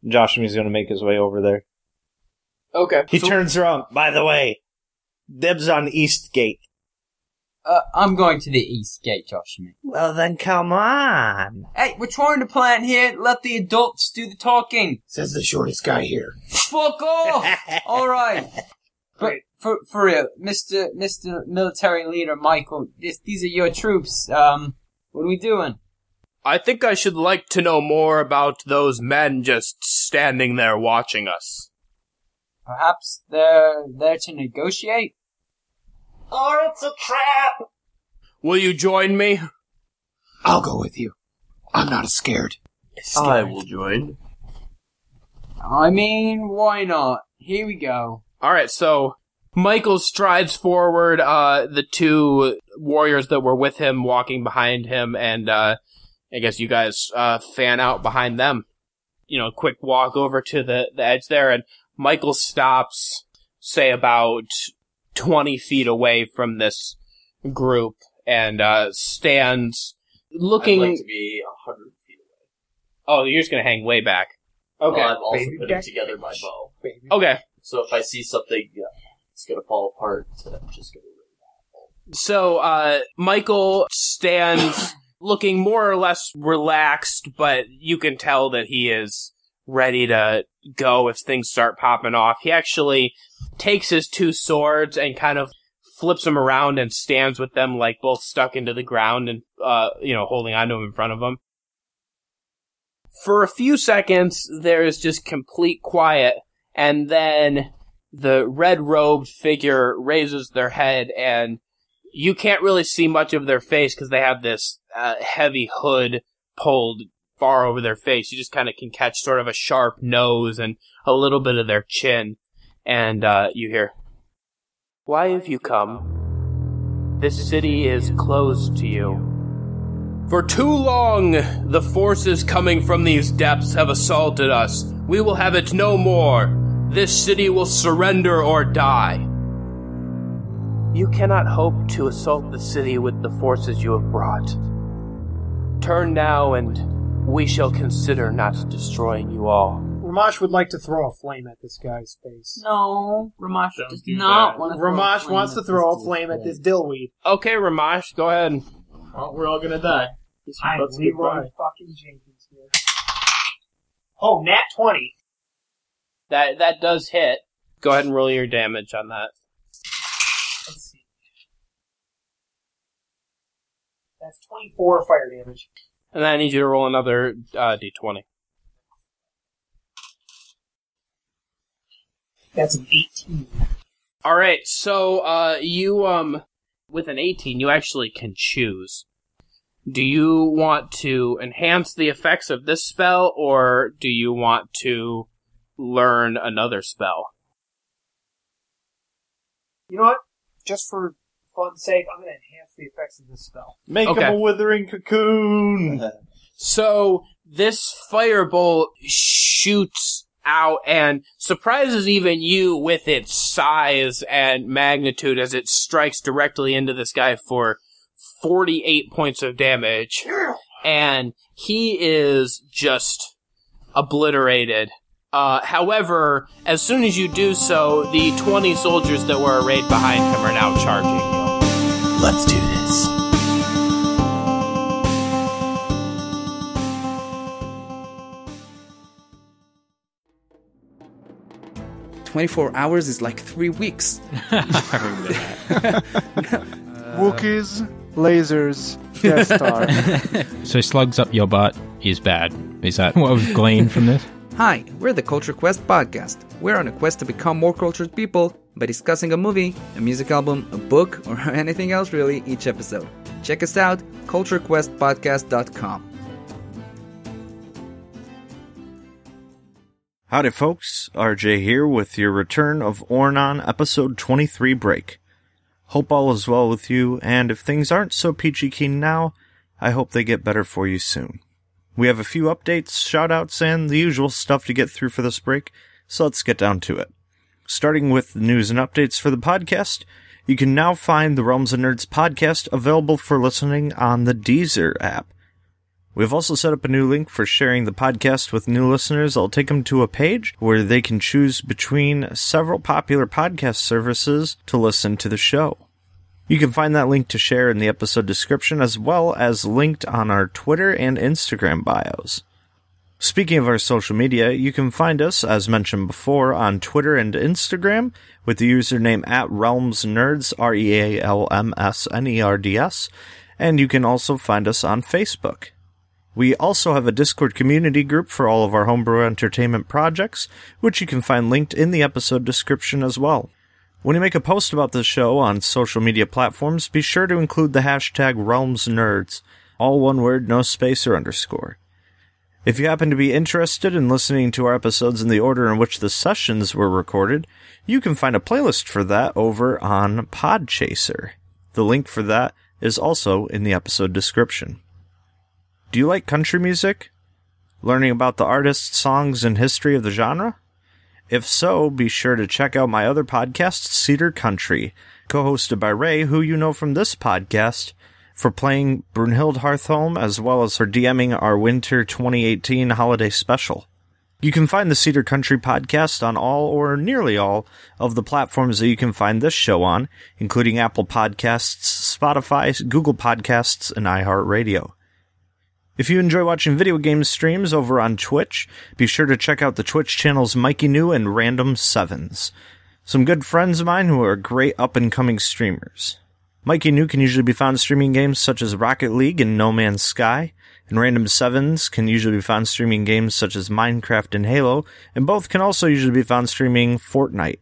[SPEAKER 4] Joshua's going to make his way over there.
[SPEAKER 7] Okay.
[SPEAKER 4] He turns around. By the way, Deb's on East Gate.
[SPEAKER 7] Uh, I'm going to the east gate, Joshua.
[SPEAKER 4] Well, then come on.
[SPEAKER 7] Hey, we're trying to plan here. Let the adults do the talking.
[SPEAKER 10] Says the shortest guy here.
[SPEAKER 7] Fuck off! All right. But for for real, Mister Mister Military Leader Michael, this, these are your troops. Um, what are we doing?
[SPEAKER 3] I think I should like to know more about those men just standing there watching us.
[SPEAKER 7] Perhaps they're there to negotiate.
[SPEAKER 11] Oh, it's a trap!
[SPEAKER 3] Will you join me?
[SPEAKER 10] I'll go with you. I'm not as scared.
[SPEAKER 5] I will join.
[SPEAKER 7] I mean, why not? Here we go.
[SPEAKER 3] All right, so Michael strides forward, uh, the two warriors that were with him walking behind him, and uh, I guess you guys uh, fan out behind them. You know, quick walk over to the, the edge there, and Michael stops, say, about 20 feet away from this group and uh, stands looking.
[SPEAKER 5] I'd like to be a hundred feet away.
[SPEAKER 3] oh, you're just going to hang way back. Okay. Oh.
[SPEAKER 5] Well, I've also
[SPEAKER 9] baby
[SPEAKER 5] putting
[SPEAKER 9] back.
[SPEAKER 5] together my bow.
[SPEAKER 3] okay.
[SPEAKER 5] So if I see something, yeah, it's gonna fall apart, so I'm just gonna.
[SPEAKER 3] So uh, Michael stands looking more or less relaxed, but you can tell that he is ready to go if things start popping off. He actually takes his two swords and kind of flips them around and stands with them like both stuck into the ground and uh, you know holding onto him in front of him. For a few seconds, there is just complete quiet, and then the red robed figure raises their head and you can't really see much of their face because they have this uh, heavy hood pulled far over their face. You just kind of can catch sort of a sharp nose and a little bit of their chin. And uh, you hear, Why have you come? This city is closed to you. For too long, the forces coming from these depths have assaulted us. We will have it no more. This city will surrender or die. You cannot hope to assault the city with the forces you have brought. Turn now, and we shall consider not destroying you all.
[SPEAKER 9] Ramash would like to throw a flame at this guy's face.
[SPEAKER 7] No, Ramash
[SPEAKER 11] Don't
[SPEAKER 7] does
[SPEAKER 11] do
[SPEAKER 7] not
[SPEAKER 11] that.
[SPEAKER 7] want to.
[SPEAKER 9] Ramash wants to throw a flame at this dillweed.
[SPEAKER 3] Okay, Ramash, go ahead.
[SPEAKER 5] Well, we're all gonna die. That's a good
[SPEAKER 9] Leroy
[SPEAKER 5] run.
[SPEAKER 9] fucking Jenkins here. Oh, nat 20.
[SPEAKER 3] That that does hit. Go ahead and roll your damage on that.
[SPEAKER 9] Let's see. That's 24 fire damage.
[SPEAKER 3] And then I need you to roll another uh, d20.
[SPEAKER 9] That's an 18.
[SPEAKER 3] All right, so uh, you um, with an 18, you actually can choose. Do you want to enhance the effects of this spell, or do you want to learn another spell?
[SPEAKER 9] You know what? Just for fun's sake, I'm going to enhance the effects of this spell.
[SPEAKER 4] Make
[SPEAKER 3] Okay.
[SPEAKER 4] him a withering cocoon.
[SPEAKER 3] So this firebolt shoots out and surprises even you with its size and magnitude as it strikes directly into this guy for 48 points of damage. And he is just obliterated. Uh, however, as soon as you do so, the 20 soldiers that were arrayed behind him are now charging you.
[SPEAKER 10] Let's do this.
[SPEAKER 12] Twenty-four hours is like three weeks.
[SPEAKER 13] Wookiees, lasers, Death Star.
[SPEAKER 14] So slugs up your butt is bad. Is that what we've gleaned from this?
[SPEAKER 12] Hi, we're the Culture Quest podcast. We're on a quest to become more cultured people by discussing a movie, a music album, a book, or anything else really each episode. Check us out, culturequestpodcast.com.
[SPEAKER 1] Howdy, folks. RJ here with your return of Ornon episode 23 break. Hope all is well with you, and if things aren't so peachy keen now, I hope they get better for you soon. We have a few updates, shoutouts, and the usual stuff to get through for this break, so let's get down to it. Starting with news and updates for the podcast, you can now find the Realms of Nerds podcast available for listening on the Deezer app. We've also set up a new link for sharing the podcast with new listeners. I'll take them to a page where they can choose between several popular podcast services to listen to the show. You can find that link to share in the episode description as well as linked on our Twitter and Instagram bios. Speaking of our social media, you can find us, as mentioned before, on Twitter and Instagram with the username at RealmsNerds, R E A L M S N E R D S, and you can also find us on Facebook. We also have a Discord community group for all of our homebrew entertainment projects, which you can find linked in the episode description as well. When you make a post about the show on social media platforms, be sure to include the hashtag RealmsNerds, all one word, no space or underscore. If you happen to be interested in listening to our episodes in the order in which the sessions were recorded, you can find a playlist for that over on Podchaser. The link for that is also in the episode description. Do you like country music? Learning about the artists, songs, and history of the genre? If so, be sure to check out my other podcast, Cedar Country, co hosted by Ray, who you know from this podcast, for playing Brunhild Hearthholm as well as for DMing our Winter 2018 holiday special. You can find the Cedar Country podcast on all or nearly all of the platforms that you can find this show on, including Apple Podcasts, Spotify, Google Podcasts, and iHeartRadio. If you enjoy watching video game streams over on Twitch, be sure to check out the Twitch channels Mikey New and Random Sevens. Some good friends of mine who are great up and coming streamers. Mikey New can usually be found streaming games such as Rocket League and No Man's Sky, and Random Sevens can usually be found streaming games such as Minecraft and Halo, and both can also usually be found streaming Fortnite.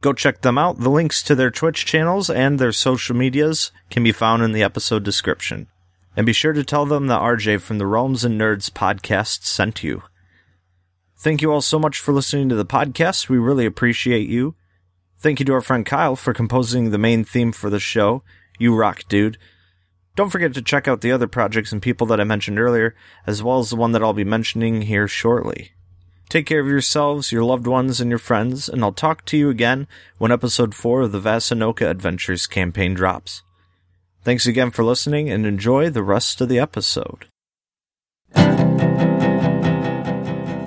[SPEAKER 1] Go check them out. The links to their Twitch channels and their social medias can be found in the episode description. And be sure to tell them that RJ from the Realms and Nerds podcast sent you. Thank you all so much for listening to the podcast. We really appreciate you. Thank you to our friend Kyle for composing the main theme for the show. You rock, dude. Don't forget to check out the other projects and people that I mentioned earlier, as well as the one that I'll be mentioning here shortly. Take care of yourselves, your loved ones, and your friends, and I'll talk to you again when episode 4 of the Vasanoka Adventures campaign drops. Thanks again for listening and enjoy the rest of the episode.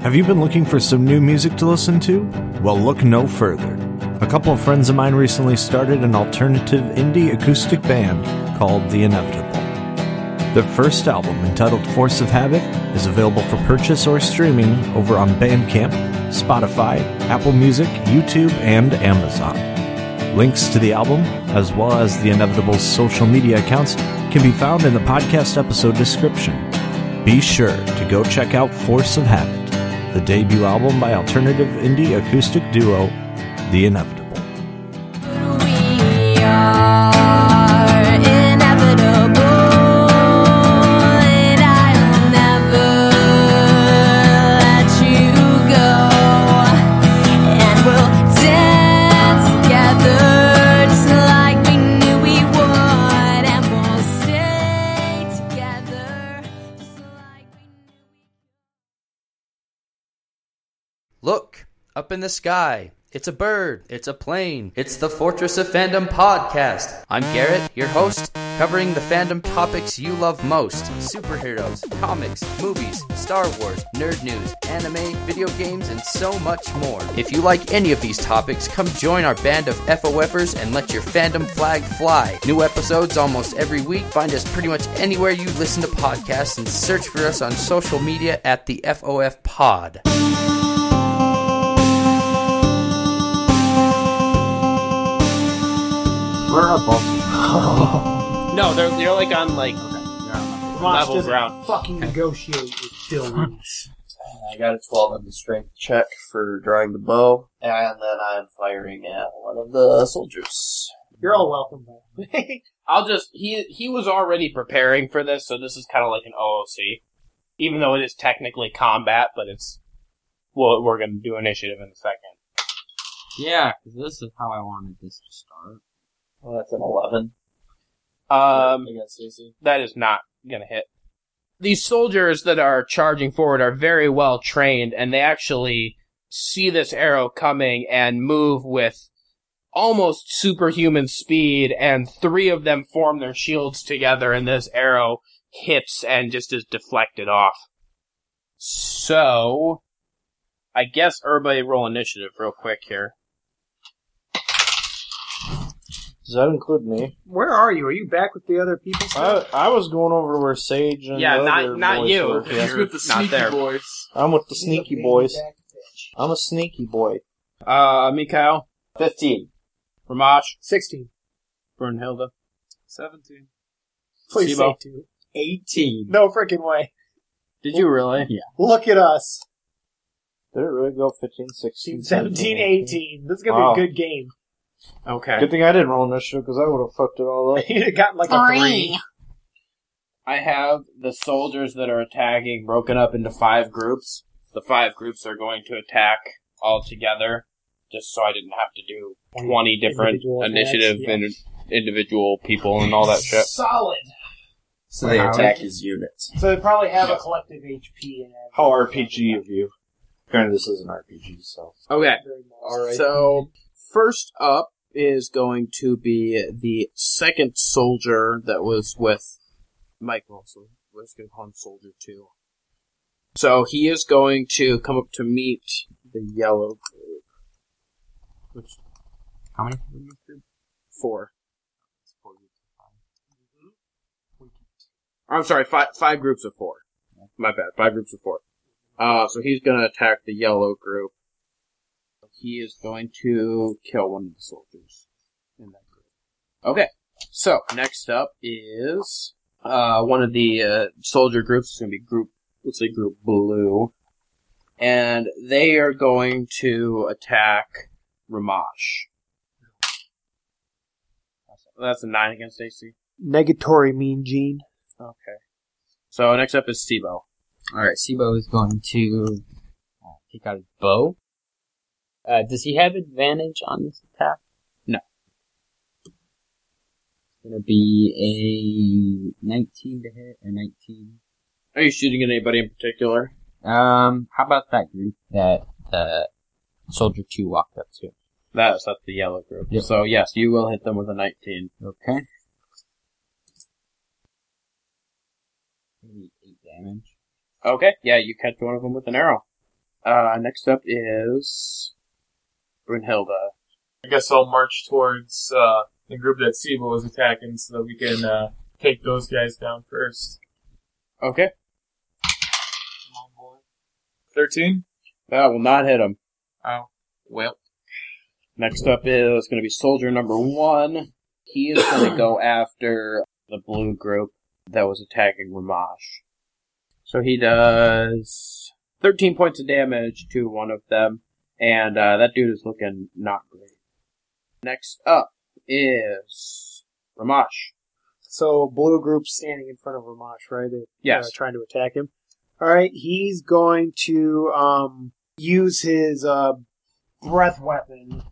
[SPEAKER 1] Have you been looking for some new music to listen to? Well, look no further. A couple of friends of mine recently started an alternative indie acoustic band called The Inevitable. Their first album, entitled Force of Habit, is available for purchase or streaming over on Bandcamp, Spotify, Apple Music, YouTube, and Amazon. Links to the album, as well as the Inevitable's social media accounts, can be found in the podcast episode description. Be sure to go check out Force of Habit, the debut album by alternative indie acoustic duo, The Inevitable.
[SPEAKER 15] Look, up in the sky. It's a bird. It's a plane. It's the Fortress of Fandom podcast. I'm Garrett, your host, covering the fandom topics you love most superheroes, comics, movies, Star Wars, nerd news, anime, video games, and so much more. If you like any of these topics, come join our band of FOFers and let your fandom flag fly. New episodes almost every week. Find us pretty much anywhere you listen to podcasts and search for us on social media at the FOF Pod.
[SPEAKER 5] We're up all.
[SPEAKER 3] No, they're they're like on like
[SPEAKER 9] Ross
[SPEAKER 3] level
[SPEAKER 9] doesn't
[SPEAKER 3] ground.
[SPEAKER 9] fucking negotiate with Dylan.
[SPEAKER 5] I got a 12 on the strength check for drawing the bow, and then I'm firing at one of the soldiers.
[SPEAKER 9] You're all welcome. Bud.
[SPEAKER 3] I'll just he he was already preparing for this, so this is kind of like an OOC, even though it is technically combat, but it's well we're gonna do initiative in a second.
[SPEAKER 7] Yeah, 'cause this is how I wanted this to start.
[SPEAKER 5] Well, that's an 11.
[SPEAKER 3] Um,
[SPEAKER 5] against AC.
[SPEAKER 3] that is not gonna hit. These soldiers that are charging forward are very well trained, and they actually see this arrow coming and move with almost superhuman speed. And three of them form their shields together, and this arrow
[SPEAKER 5] hits and just is deflected off. So, I guess everybody roll initiative real quick here.
[SPEAKER 4] Does that include me?
[SPEAKER 9] Where are you? Are you back with the other people?
[SPEAKER 4] I, I was going over where Sage and
[SPEAKER 9] Yeah,
[SPEAKER 4] the
[SPEAKER 9] not-
[SPEAKER 4] other
[SPEAKER 9] not
[SPEAKER 4] boys
[SPEAKER 9] you.
[SPEAKER 4] were.
[SPEAKER 9] You're
[SPEAKER 4] Yeah.
[SPEAKER 9] with the Not sneaky there. boys.
[SPEAKER 4] I'm with the sneaky boys. I'm a sneaky boy.
[SPEAKER 5] Uh, Mikhail? 15. Ramash?
[SPEAKER 9] 16.
[SPEAKER 5] Brunhilda?
[SPEAKER 9] 17.
[SPEAKER 5] Please
[SPEAKER 9] Please
[SPEAKER 5] Sibo? say
[SPEAKER 9] say two.
[SPEAKER 5] 18.
[SPEAKER 9] No freaking way.
[SPEAKER 5] Did you really?
[SPEAKER 4] Yeah.
[SPEAKER 9] Look at us.
[SPEAKER 4] Did it really go 15, 16,
[SPEAKER 9] 17, 18. This is going to
[SPEAKER 4] Wow.
[SPEAKER 9] be a good game.
[SPEAKER 5] Okay.
[SPEAKER 4] Good thing I didn't roll initiative because I would have fucked it all up.
[SPEAKER 9] You'd have gotten like a three.
[SPEAKER 5] I have the soldiers that are attacking broken up into five groups. The five groups are going to attack all together, just so I didn't have to do 20 different
[SPEAKER 9] Individual attacks,
[SPEAKER 5] initiative
[SPEAKER 9] yeah.
[SPEAKER 5] and individual people and all that shit.
[SPEAKER 9] Solid.
[SPEAKER 3] So they
[SPEAKER 5] Wow.
[SPEAKER 3] attack his units.
[SPEAKER 9] So they probably have a collective HP in it.
[SPEAKER 4] How RPG of you? Granted, this is an RPG, so.
[SPEAKER 5] Okay.
[SPEAKER 9] All right.
[SPEAKER 5] So first up is going to be the second soldier that was with Mike Wilson. We're just going to call him Soldier Two. So he is going to come up to meet the yellow group. Which how many? Four. I'm sorry, five five groups of four. My bad. Five groups of four. Uh, so he's going to attack the yellow group. He is going to kill one of the soldiers in that group. Okay. So next up is uh, one of the uh, soldier groups. It's going to be group. Let's say group blue, and they are going to attack Ramash. That's a nine against AC.
[SPEAKER 9] Negatory mean gene.
[SPEAKER 5] Okay. So next up is Sibo.
[SPEAKER 7] All right, Sibo is going to uh, take out his bow. Uh, does he have advantage on this attack?
[SPEAKER 5] No.
[SPEAKER 7] It's gonna be a 19 to hit or 19.
[SPEAKER 5] Are you shooting at anybody in particular?
[SPEAKER 7] Um, how about that group that uh, Soldier Two walked up to?
[SPEAKER 5] That's that's the yellow group.
[SPEAKER 7] Yep.
[SPEAKER 5] So yes, you will hit them with a nineteen.
[SPEAKER 7] Okay. Maybe eight damage.
[SPEAKER 5] Okay. Yeah, you catch one of them with an arrow. Uh, next up is Brunhilda.
[SPEAKER 8] I guess I'll march towards uh, the group that Sibo was attacking so that we can uh, take those guys down first.
[SPEAKER 5] Okay.
[SPEAKER 8] 13?
[SPEAKER 5] That will not hit him.
[SPEAKER 8] Oh.
[SPEAKER 5] Well. Next up is going to be soldier number one. He is going to go after the blue group that was attacking Ramash. So he does 13 points of damage to one of them, and uh, that dude is looking not great. Next up is Ramash.
[SPEAKER 9] So blue group standing in front of Ramash, right? They're
[SPEAKER 5] Yes.
[SPEAKER 9] uh, trying to attack him. All right, he's going to um, use his uh, breath weapon.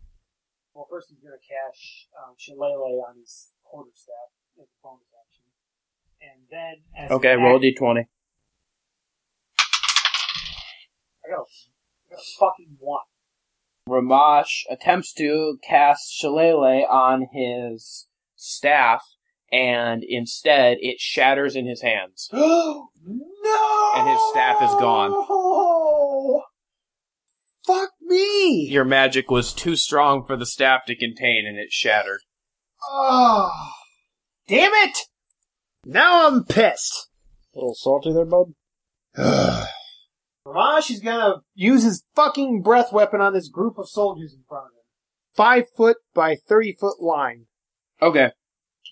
[SPEAKER 9] Well, first he's going to cash um, Shillelagh on his quarterstaff as a bonus action, and then as an
[SPEAKER 5] Okay, roll a
[SPEAKER 9] act-
[SPEAKER 5] d20.
[SPEAKER 9] I got a, I got a fucking one.
[SPEAKER 5] Ramash attempts to cast Shillelagh on his staff, and instead it shatters in his hands.
[SPEAKER 16] no!
[SPEAKER 5] And his staff is gone.
[SPEAKER 16] Oh! Fuck me!
[SPEAKER 5] Your magic was too strong for the staff to contain, and it shattered.
[SPEAKER 16] Oh!
[SPEAKER 9] Damn it! Now I'm pissed.
[SPEAKER 4] A little salty there, bud?
[SPEAKER 9] Ramash is gonna use his fucking breath weapon on this group of soldiers in front of him. Five foot by thirty foot line.
[SPEAKER 5] Okay.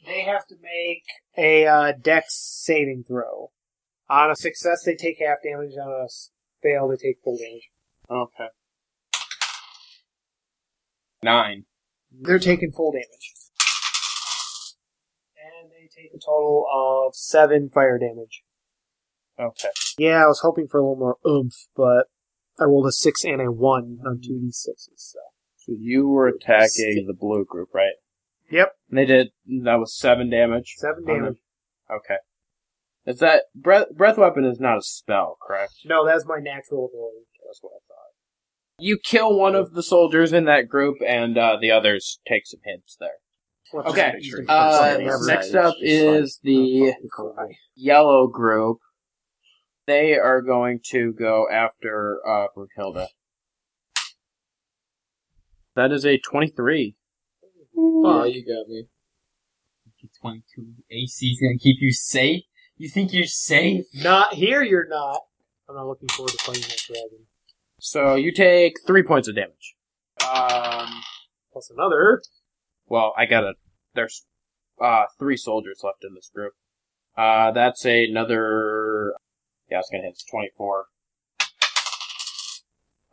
[SPEAKER 9] They have to make a uh, dex saving throw. On a success, they take half damage. On a s- fail, they take full damage.
[SPEAKER 5] Okay. Nine.
[SPEAKER 9] They're taking full damage. And they take a total of seven fire damage.
[SPEAKER 5] Okay.
[SPEAKER 9] Yeah, I was hoping for a little more oomph, but I rolled a six and a one on two d6s, so.
[SPEAKER 5] So you were attacking the blue group, right?
[SPEAKER 9] Yep.
[SPEAKER 5] And they did. That was seven damage.
[SPEAKER 9] Seven
[SPEAKER 5] on
[SPEAKER 9] damage.
[SPEAKER 5] them. Okay. Is that breath? Breath weapon is not a spell, correct?
[SPEAKER 9] No, that's my natural ability.
[SPEAKER 5] That's what I thought. You kill one of the soldiers in that group, and uh, the others take some hits there.
[SPEAKER 3] Okay. Uh, next up is the yellow group. They are going to go after uh, Brunhilde. That is a 23.
[SPEAKER 17] Oh, you got me. 22 AC is gonna keep you safe. You think you're safe?
[SPEAKER 9] Not here, you're not. I'm not looking forward to playing that dragon.
[SPEAKER 3] So you take three points of damage. Um,
[SPEAKER 9] Plus another.
[SPEAKER 3] well, I got a. There's uh, three soldiers left in this group. Uh, that's another. Yeah, it's gonna hit It's 24.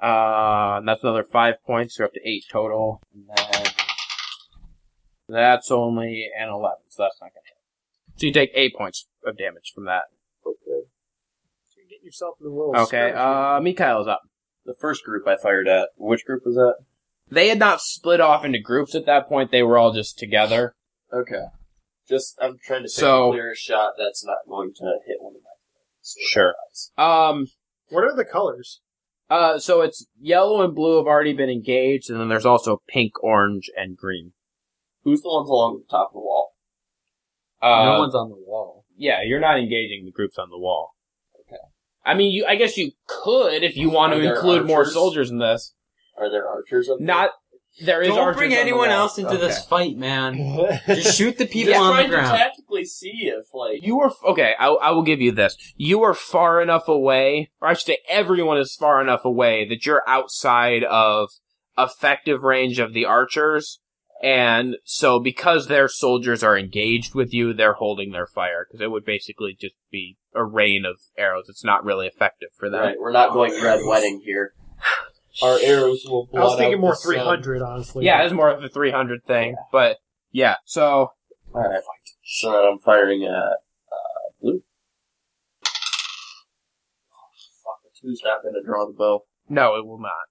[SPEAKER 3] Uh, and that's another five points. You're up to eight total. And then that's only an 11, so that's not gonna hit. So you take eight points of damage from that.
[SPEAKER 9] Okay. So you're getting yourself in the world.
[SPEAKER 3] Okay, uh, Mikhail is up. The first group I fired at. Which group was that? They had not split off into groups at that point. They were all just together.
[SPEAKER 5] Okay. Just, I'm trying to take
[SPEAKER 3] So-
[SPEAKER 5] a clear shot that's not going to hit one of my.
[SPEAKER 3] Sure. Um,
[SPEAKER 9] what are the colors?
[SPEAKER 3] Uh, so it's yellow and blue have already been engaged, and then there's also pink, orange, and green.
[SPEAKER 5] Who's the ones along the top of the wall?
[SPEAKER 3] Uh,
[SPEAKER 17] no one's on the wall.
[SPEAKER 3] Yeah, you're not engaging the groups on the wall. Okay. I mean, you. I guess you could if you want
[SPEAKER 5] Are
[SPEAKER 3] to
[SPEAKER 5] there
[SPEAKER 3] include more
[SPEAKER 5] archers?
[SPEAKER 3] soldiers in this.
[SPEAKER 5] Are there archers up there?
[SPEAKER 3] Not. There is
[SPEAKER 5] Don't
[SPEAKER 3] archers
[SPEAKER 5] bring
[SPEAKER 3] on the
[SPEAKER 5] anyone
[SPEAKER 3] wall.
[SPEAKER 5] else into this
[SPEAKER 17] fight, man. Just shoot the people
[SPEAKER 5] Just
[SPEAKER 17] on the
[SPEAKER 5] trying
[SPEAKER 17] ground.
[SPEAKER 5] to tactically see if, like,
[SPEAKER 3] You were okay. I, I will give you this. You are far enough away, or I should say, everyone is far enough away that you're outside of effective range of the archers, and so because their soldiers are engaged with you, they're holding their fire because it would basically just be a rain of arrows. It's not really effective for them.
[SPEAKER 5] Right, we're not going red wedding here. Our arrows will
[SPEAKER 9] I
[SPEAKER 5] blow
[SPEAKER 9] was
[SPEAKER 5] out
[SPEAKER 9] thinking more
[SPEAKER 5] the sun.
[SPEAKER 9] 300, honestly.
[SPEAKER 3] Yeah, it's more of a three hundred thing, but yeah. So
[SPEAKER 5] Alright. So then I'm firing at uh, blue. Oh, fuck, the two's not going to draw the bow.
[SPEAKER 3] no, it will not.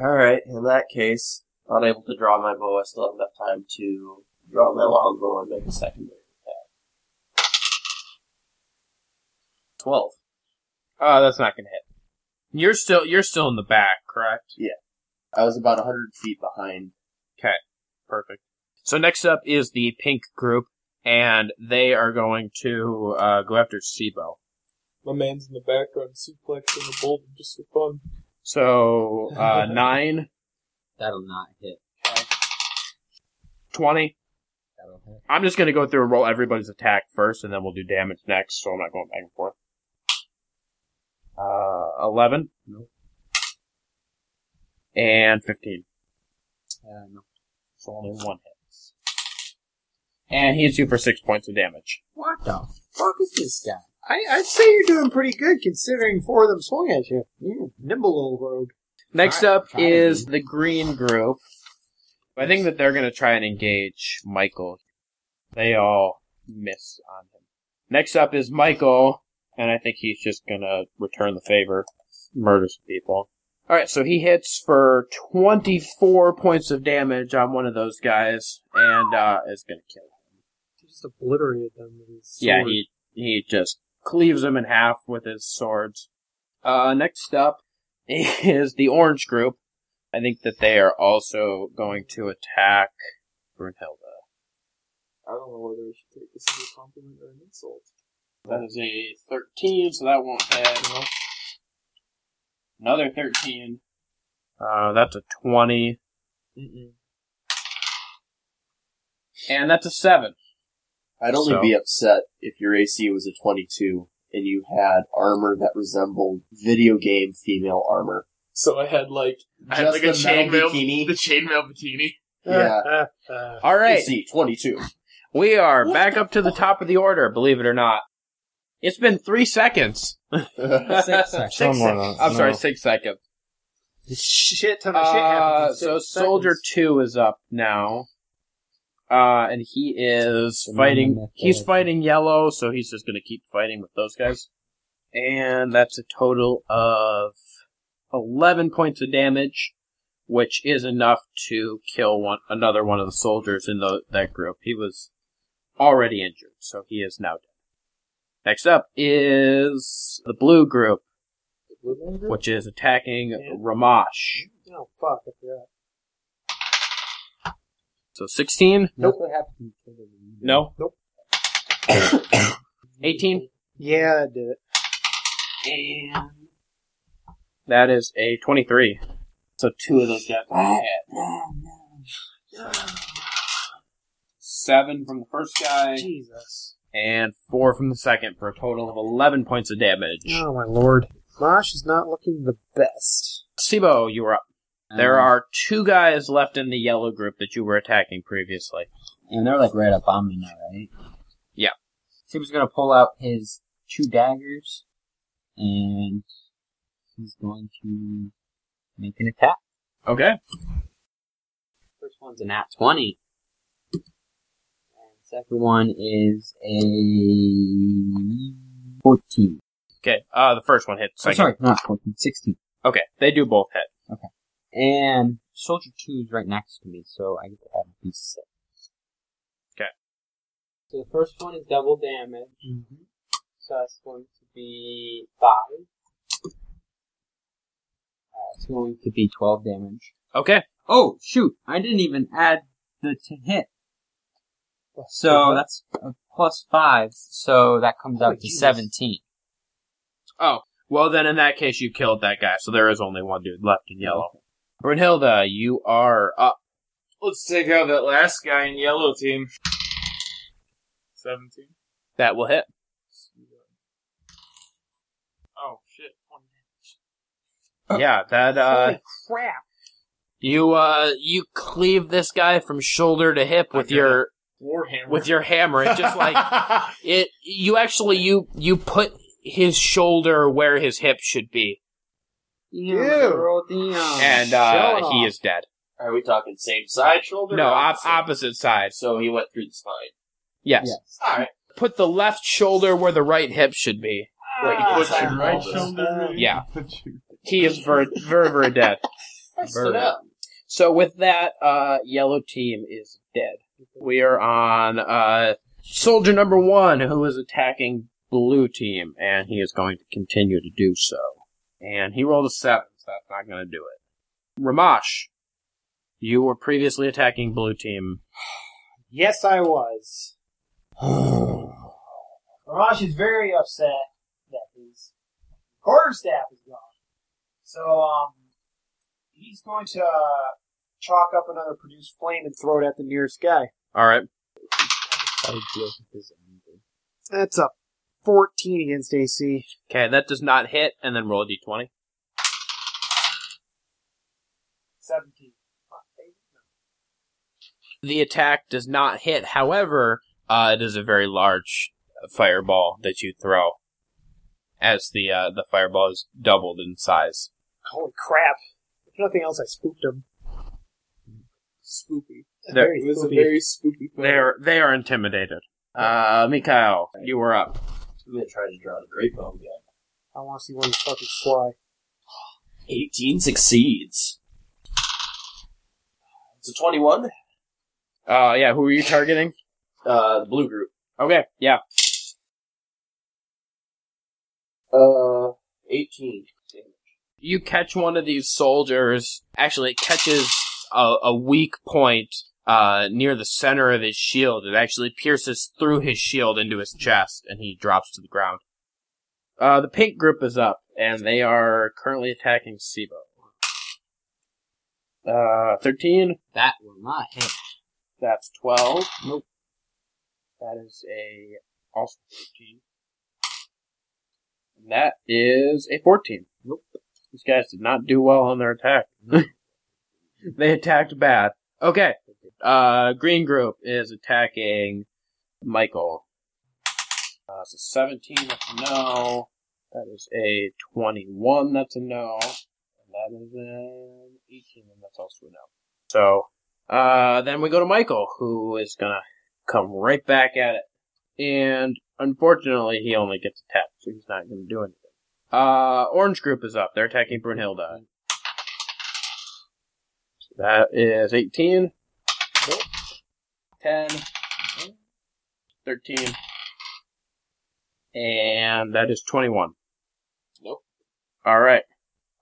[SPEAKER 5] Alright, in that case, not able to draw my bow, I still have enough time to draw my longbow and make a secondary attack. 12.
[SPEAKER 3] Oh, that's not gonna hit. You're still you're still in the back, correct?
[SPEAKER 5] Yeah. I was about 100 feet behind.
[SPEAKER 3] Okay. Perfect. So next up is the pink group, and they are going to uh, go after Sibo.
[SPEAKER 18] My man's in the background suplexing a boulder just for fun.
[SPEAKER 3] So uh, nine,
[SPEAKER 17] That'll not hit.
[SPEAKER 3] 20.
[SPEAKER 17] That'll hit.
[SPEAKER 3] I'm just gonna go through and roll everybody's attack first, and then we'll do damage next. So I'm not going back and forth. Uh, eleven.
[SPEAKER 17] Nope.
[SPEAKER 3] And fifteen.
[SPEAKER 17] Uh, no.
[SPEAKER 3] So only one hits. And he hits you for six points of damage.
[SPEAKER 17] What the fuck is this guy?
[SPEAKER 9] I, I'd say you're doing pretty good considering four of them swung at you. you nimble little rogue.
[SPEAKER 3] Next
[SPEAKER 9] Try-
[SPEAKER 3] up
[SPEAKER 9] try
[SPEAKER 3] is the green group. I think that they're going to try and engage Michael. They all miss on him. Next up is Michael, and I think he's just going to return the favor. Murder some people. Alright, so he hits for 24 points of damage on one of those guys, and uh, is going to kill him.
[SPEAKER 9] He just obliterated them with his sword.
[SPEAKER 3] Yeah, he, he just cleaves him in half with his swords. Uh, next up is the orange group. I think that they are also going to attack Brunhilde.
[SPEAKER 18] I don't know whether I should take this as a compliment or an insult.
[SPEAKER 3] That is a 13, so that won't hit. Another 13. Uh, that's a 20. And that's a 7.
[SPEAKER 5] I'd only
[SPEAKER 3] So-
[SPEAKER 5] be upset if your AC was a 22 and you had armor that resembled video game female armor.
[SPEAKER 18] So I had like I had
[SPEAKER 5] Just
[SPEAKER 18] like a
[SPEAKER 5] the metal
[SPEAKER 18] chainmail
[SPEAKER 5] bikini.
[SPEAKER 18] the chainmail bikini.
[SPEAKER 5] Yeah.
[SPEAKER 3] All right.
[SPEAKER 5] AC 22.
[SPEAKER 3] We are back up to the top of the order, believe it or not. It's been three seconds.
[SPEAKER 17] Six seconds.
[SPEAKER 9] seconds.
[SPEAKER 3] I'm sorry,
[SPEAKER 9] No.
[SPEAKER 3] six seconds.
[SPEAKER 9] Shit ton of shit
[SPEAKER 3] Uh,
[SPEAKER 9] happened.
[SPEAKER 3] so Soldier Two is up now, uh, and he is fighting. He's fighting yellow, so he's just going to keep fighting with those guys. And that's a total of eleven points of damage, which is enough to kill one another one of the soldiers in tho- that group. He was already injured, so he is now dead. Next up is the blue group, which is attacking Ramash.
[SPEAKER 9] Oh, fuck, I forgot.
[SPEAKER 3] So 16?
[SPEAKER 17] What happened?
[SPEAKER 3] No?
[SPEAKER 9] Nope.
[SPEAKER 3] 18?
[SPEAKER 9] Yeah, I did it.
[SPEAKER 3] That is a 23.
[SPEAKER 5] So two of those got
[SPEAKER 3] Seven from the first guy.
[SPEAKER 9] Jesus.
[SPEAKER 3] And four from the second for a total of 11 points of damage.
[SPEAKER 9] Oh my lord. Mosh is not looking the best.
[SPEAKER 3] Sibo, Oh, you are up. There are two guys left in the yellow group that you were attacking previously.
[SPEAKER 17] And they're like right up on me now, right?
[SPEAKER 3] Yeah.
[SPEAKER 17] Seba's gonna pull out his two daggers, and he's going to make an attack.
[SPEAKER 3] Okay.
[SPEAKER 17] First one's a nat 20. And second one is a 14.
[SPEAKER 3] Okay, uh, the first one hit.
[SPEAKER 17] Oh,
[SPEAKER 3] Second.
[SPEAKER 17] sorry, not 14, 16.
[SPEAKER 3] Okay, they do both hit.
[SPEAKER 17] Okay. And Soldier 2 is right next to me, so I get to add a d6.
[SPEAKER 3] Okay.
[SPEAKER 17] So the first one is double damage. So that's going to be 5. Uh, it's going to be 12 damage.
[SPEAKER 3] Okay.
[SPEAKER 17] Oh, shoot! I didn't even add the to hit. So that's a plus 5, so that comes out to 17.
[SPEAKER 3] Oh, well then in that case you killed that guy, so there is only one dude left in yellow. Brunhilda, you are up.
[SPEAKER 18] Let's take out that last guy in yellow team. 17.
[SPEAKER 3] That will hit.
[SPEAKER 18] Oh, shit. One
[SPEAKER 3] yeah, that, uh,
[SPEAKER 9] Crap.
[SPEAKER 3] you, uh, you cleave this guy from shoulder to hip with your,
[SPEAKER 18] Warhammer.
[SPEAKER 3] with your hammer. It just like, it, you actually, you, you put his shoulder where his hip should be.
[SPEAKER 9] Oh,
[SPEAKER 3] And,
[SPEAKER 5] Showing
[SPEAKER 3] uh,
[SPEAKER 5] off.
[SPEAKER 3] he is dead.
[SPEAKER 5] Are we talking same side shoulder?
[SPEAKER 3] No,
[SPEAKER 5] or
[SPEAKER 3] op-
[SPEAKER 5] opposite?
[SPEAKER 3] opposite side.
[SPEAKER 5] So he went through the spine.
[SPEAKER 3] Yes.
[SPEAKER 5] All right.
[SPEAKER 3] Put the left shoulder where the right hip should be.
[SPEAKER 18] Like,
[SPEAKER 5] Ah,
[SPEAKER 18] put
[SPEAKER 5] sorry,
[SPEAKER 18] your right
[SPEAKER 5] Aldous.
[SPEAKER 18] shoulder. in.
[SPEAKER 3] Yeah.
[SPEAKER 18] Put your-
[SPEAKER 3] He is ver, ver, ver dead.
[SPEAKER 5] stood up.
[SPEAKER 3] So with that, uh, yellow team is dead. We are on uh, soldier number one, who is attacking blue team, and he is going to continue to do so. And he rolled a seven, so that's not going to do it. Ramash, you were previously attacking blue team.
[SPEAKER 9] Yes, I was. Ramash is very upset that his quarterstaff is gone. So, um, he's going to uh, chalk up another produce flame and throw it at the nearest guy.
[SPEAKER 3] All right,
[SPEAKER 9] That's a 14 against AC.
[SPEAKER 3] okay, that does not hit, and then roll a d20.
[SPEAKER 9] 17.
[SPEAKER 3] The attack does not hit. However, uh, it is a very large fireball that you throw, as the uh, the fireball is doubled in size.
[SPEAKER 9] Holy crap. If nothing else, I spooked him.
[SPEAKER 18] Spoopy.
[SPEAKER 3] There-
[SPEAKER 9] Very
[SPEAKER 18] It was a
[SPEAKER 9] spoopy.
[SPEAKER 18] very spoopy
[SPEAKER 3] They are they are intimidated. Uh, Mikhail, you were up.
[SPEAKER 5] I'm gonna try to draw the great bow again.
[SPEAKER 9] I want to see one fucking fly.
[SPEAKER 5] 18 succeeds. It's a 21.
[SPEAKER 3] Uh, yeah, who are you targeting?
[SPEAKER 5] Uh, the blue group.
[SPEAKER 3] Okay, yeah,
[SPEAKER 5] Uh, 18.
[SPEAKER 3] you catch one of these soldiers. Actually, it catches a, a weak point uh, near the center of his shield. It actually pierces through his shield into his chest, and he drops to the ground. Uh, the pink group is up, and they are currently attacking Sibo. Uh, thirteen.
[SPEAKER 17] That will not hit.
[SPEAKER 3] That's twelve. Nope. That is a also thirteen. And that is a fourteen. Nope. These guys did not do well on their attack. they attacked bad. Okay. Uh, green group is attacking Michael. Uh, so seventeen. That's a no. That is a twenty-one. That's a no. And that is an eighteen. And that's also a no. So uh, then we go to Michael, who is gonna come right back at it. And unfortunately, he only gets attacked, so he's not gonna do anything. Uh, Orange Group is up. They're attacking Brunhilda. So that is 18. Nope. 10. 13. And that is 21.
[SPEAKER 5] Nope.
[SPEAKER 3] Alright.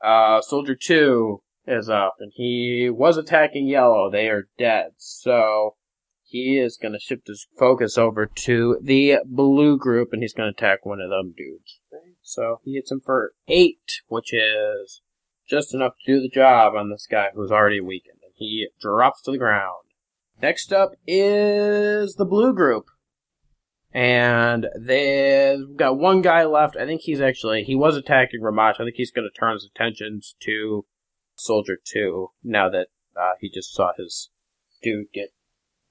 [SPEAKER 3] Uh, Soldier 2 is up, and he was attacking yellow. They are dead, so he is going to shift his focus over to the blue group, and he's going to attack one of them dudes. So he hits him for eight, which is just enough to do the job on this guy who's already weakened, and he drops to the ground. Next up is the blue group. And they've got one guy left. I think he's actually, he was attacking Ramash. I think he's going to turn his attentions to Soldier 2 now that uh, he just saw his dude get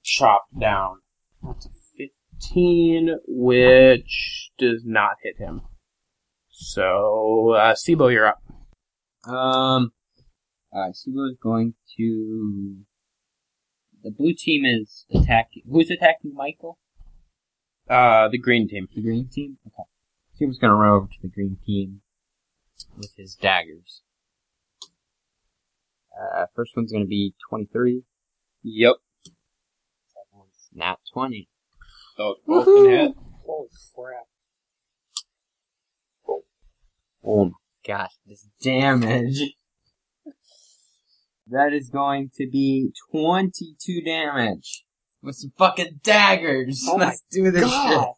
[SPEAKER 3] chopped down. That's a 15, which does not hit him. So, uh, Sibo, you're up.
[SPEAKER 7] Um, uh, Sibo is going to. The blue team is attacking. Who's attacking Michael?
[SPEAKER 3] Uh, the green team.
[SPEAKER 7] The green team. Okay. Sibo's going to run over to the green team with his daggers. Uh, first one's going to be 23.
[SPEAKER 3] Yep.
[SPEAKER 7] Not 20.
[SPEAKER 3] So
[SPEAKER 7] both can hit.
[SPEAKER 9] Holy crap.
[SPEAKER 7] Oh my gosh, this damage. That is going to be 22 damage. With some fucking daggers.
[SPEAKER 9] Oh my
[SPEAKER 7] Let's do this
[SPEAKER 9] God.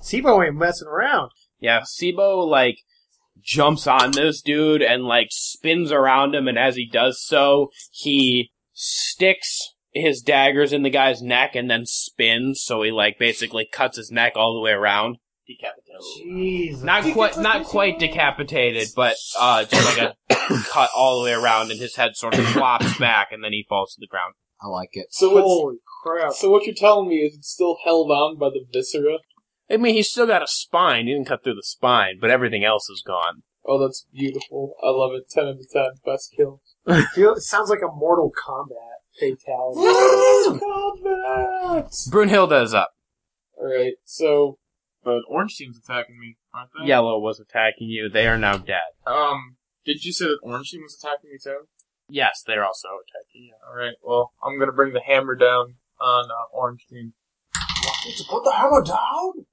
[SPEAKER 9] Sibo ain't messing around.
[SPEAKER 3] Yeah, Sibo like jumps on this dude and like spins around him, and as he does so, he sticks his daggers in the guy's neck and then spins. So he like basically cuts his neck all the way around.
[SPEAKER 9] Jesus.
[SPEAKER 3] Not quite, not quite decapitated, but uh, just like a cut all the way around, and his head sort of flops back, and then he falls to the ground.
[SPEAKER 7] I like it.
[SPEAKER 8] So what's,
[SPEAKER 9] crap.
[SPEAKER 8] so what you're telling me is it's still held on by the viscera?
[SPEAKER 3] I mean, he's still got a spine. He didn't cut through the spine, but everything else is gone.
[SPEAKER 8] Oh, that's beautiful. I love it. 10 out of 10. Best kill.
[SPEAKER 9] Feel, it sounds like a Mortal Kombat fatality.
[SPEAKER 8] Combat!
[SPEAKER 3] Brunhilde is up.
[SPEAKER 8] Alright, so. But orange team's attacking me, aren't they?
[SPEAKER 3] Yellow was attacking you. They are now dead.
[SPEAKER 8] Um, did you say that orange team was attacking me too?
[SPEAKER 3] Yes, they're also attacking you.
[SPEAKER 8] Alright, well, I'm gonna bring the hammer down on uh, orange team.
[SPEAKER 5] To put the hammer down?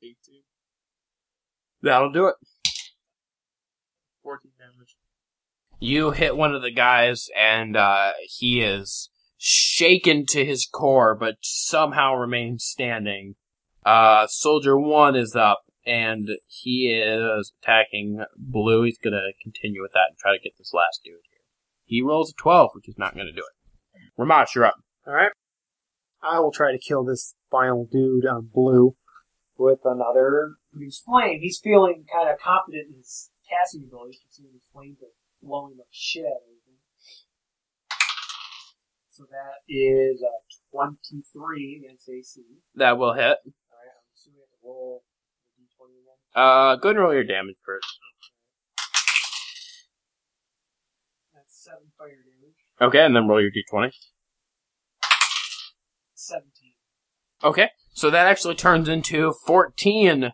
[SPEAKER 8] 18,
[SPEAKER 3] That'll do it.
[SPEAKER 8] 14 damage.
[SPEAKER 3] You hit one of the guys, and uh, he is shaken to his core, but somehow remains standing. Uh, Soldier 1 is up, and he is attacking Blue. He's going to continue with that and try to get this last dude here. He rolls a 12, which is not going to do it. Ramash, you're up.
[SPEAKER 9] Alright. I will try to kill this final dude on blue with another use flame. He's feeling kind of confident in his casting abilities, considering his flames are blowing the shit out of everything. So that is
[SPEAKER 3] uh,
[SPEAKER 9] a 23 against AC.
[SPEAKER 3] That will hit.
[SPEAKER 9] Alright, I'm assuming I have to roll the d20 again.
[SPEAKER 3] Uh, go ahead and roll your damage first.
[SPEAKER 9] That's 7 fire damage.
[SPEAKER 3] Okay, and then roll your d20.
[SPEAKER 9] 17.
[SPEAKER 3] Okay, so that actually turns into 14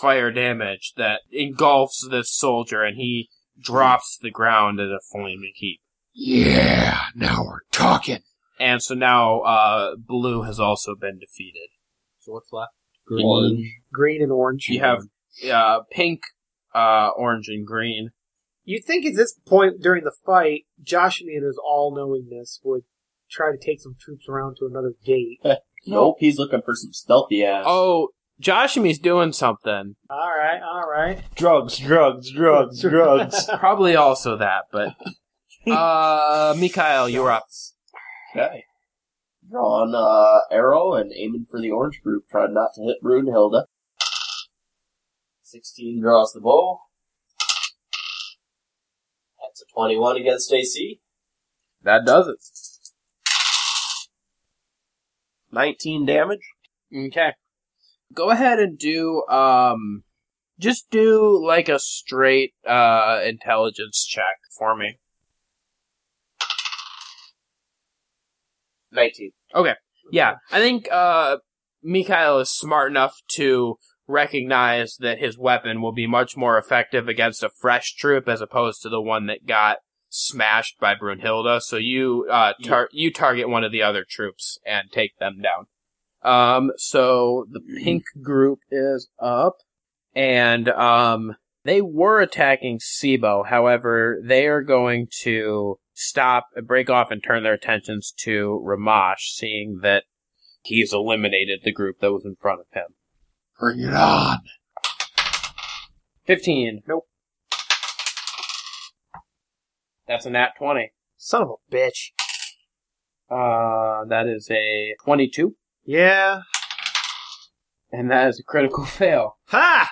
[SPEAKER 3] fire damage that engulfs this soldier, and he drops to the ground in a flaming heap.
[SPEAKER 6] Yeah, now we're talking.
[SPEAKER 3] And so now, uh, blue has also been defeated.
[SPEAKER 7] So what's left?
[SPEAKER 3] Green.
[SPEAKER 9] Green and orange.
[SPEAKER 3] You have, uh, pink, uh, orange, and green.
[SPEAKER 9] You'd think at this point during the fight, Josh and his all knowingness would try to take some troops around to another gate.
[SPEAKER 5] Nope, he's looking for some stealthy ass.
[SPEAKER 3] Oh, Joshimi's doing something.
[SPEAKER 9] Alright, alright.
[SPEAKER 19] Drugs, drugs, drugs, drugs.
[SPEAKER 3] Probably also that, but, uh, Mikhail, you're up.
[SPEAKER 5] Okay. Drawing uh, arrow and aiming for the orange group, trying not to hit Brunhilde. 16 draws the bow. That's a 21 against AC.
[SPEAKER 3] That does it.
[SPEAKER 5] 19 damage.
[SPEAKER 3] Okay. Go ahead and do um just do like a straight uh intelligence check for me.
[SPEAKER 5] 19.
[SPEAKER 3] Okay. Yeah. I think uh Mikhail is smart enough to recognize that his weapon will be much more effective against a fresh troop as opposed to the one that got smashed by Brunhilde. So you uh tar- you target one of the other troops and take them down. Um so the pink group is up and um They were attacking SIBO, however, they are going to stop, break off, and turn their attentions to Ramash, seeing that he's eliminated the group that was in front of him.
[SPEAKER 6] Bring it on.
[SPEAKER 3] 15. Nope. That's a nat 20.
[SPEAKER 9] Son of a bitch.
[SPEAKER 3] Uh, that is a 22.
[SPEAKER 9] Yeah.
[SPEAKER 3] And that is a critical fail.
[SPEAKER 9] Ha!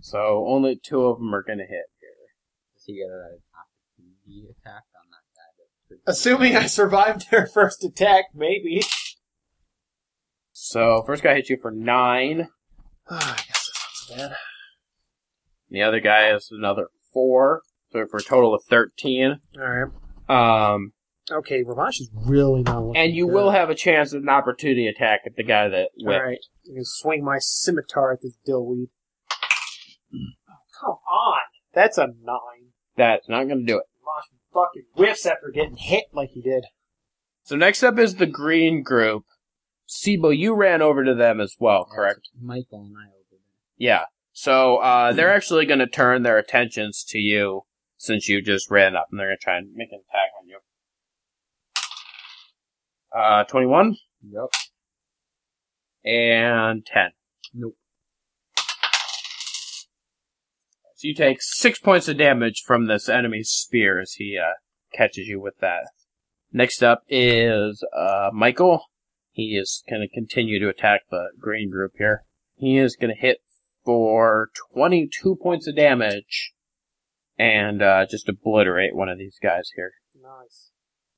[SPEAKER 3] So only two of them are going to hit here.
[SPEAKER 17] you get an opportunity attack on that guy?
[SPEAKER 9] Assuming I survived their first attack, maybe.
[SPEAKER 3] So first guy hits you for 9.
[SPEAKER 9] Ah,
[SPEAKER 3] The other guy is another 4. So for a total of 13.
[SPEAKER 9] Alright.
[SPEAKER 3] Um,
[SPEAKER 9] Okay, Ramash is really not looking
[SPEAKER 3] and you
[SPEAKER 9] good.
[SPEAKER 3] will have a chance at an opportunity attack at the guy that went.
[SPEAKER 9] Alright, I'm gonna swing my scimitar at this dillweed. Come on! That's a nine.
[SPEAKER 3] That's not going to do it.
[SPEAKER 9] Ramash fucking whiffs after getting hit like he did.
[SPEAKER 3] So next up is the green group. Sibo, you ran over to them as well, correct?
[SPEAKER 17] Michael and I.
[SPEAKER 3] Yeah. So uh, they're actually going to turn their attentions to you since you just ran up, and they're going to try and make an attack on you. Uh, twenty-one.
[SPEAKER 17] Yep.
[SPEAKER 3] And ten.
[SPEAKER 17] Nope.
[SPEAKER 3] So you take six points of damage from this enemy's spear as he uh, catches you with that. Next up is uh, Michael. He is going to continue to attack the green group here. He is going to hit for 22 points of damage and uh, just obliterate one of these guys here.
[SPEAKER 9] Nice.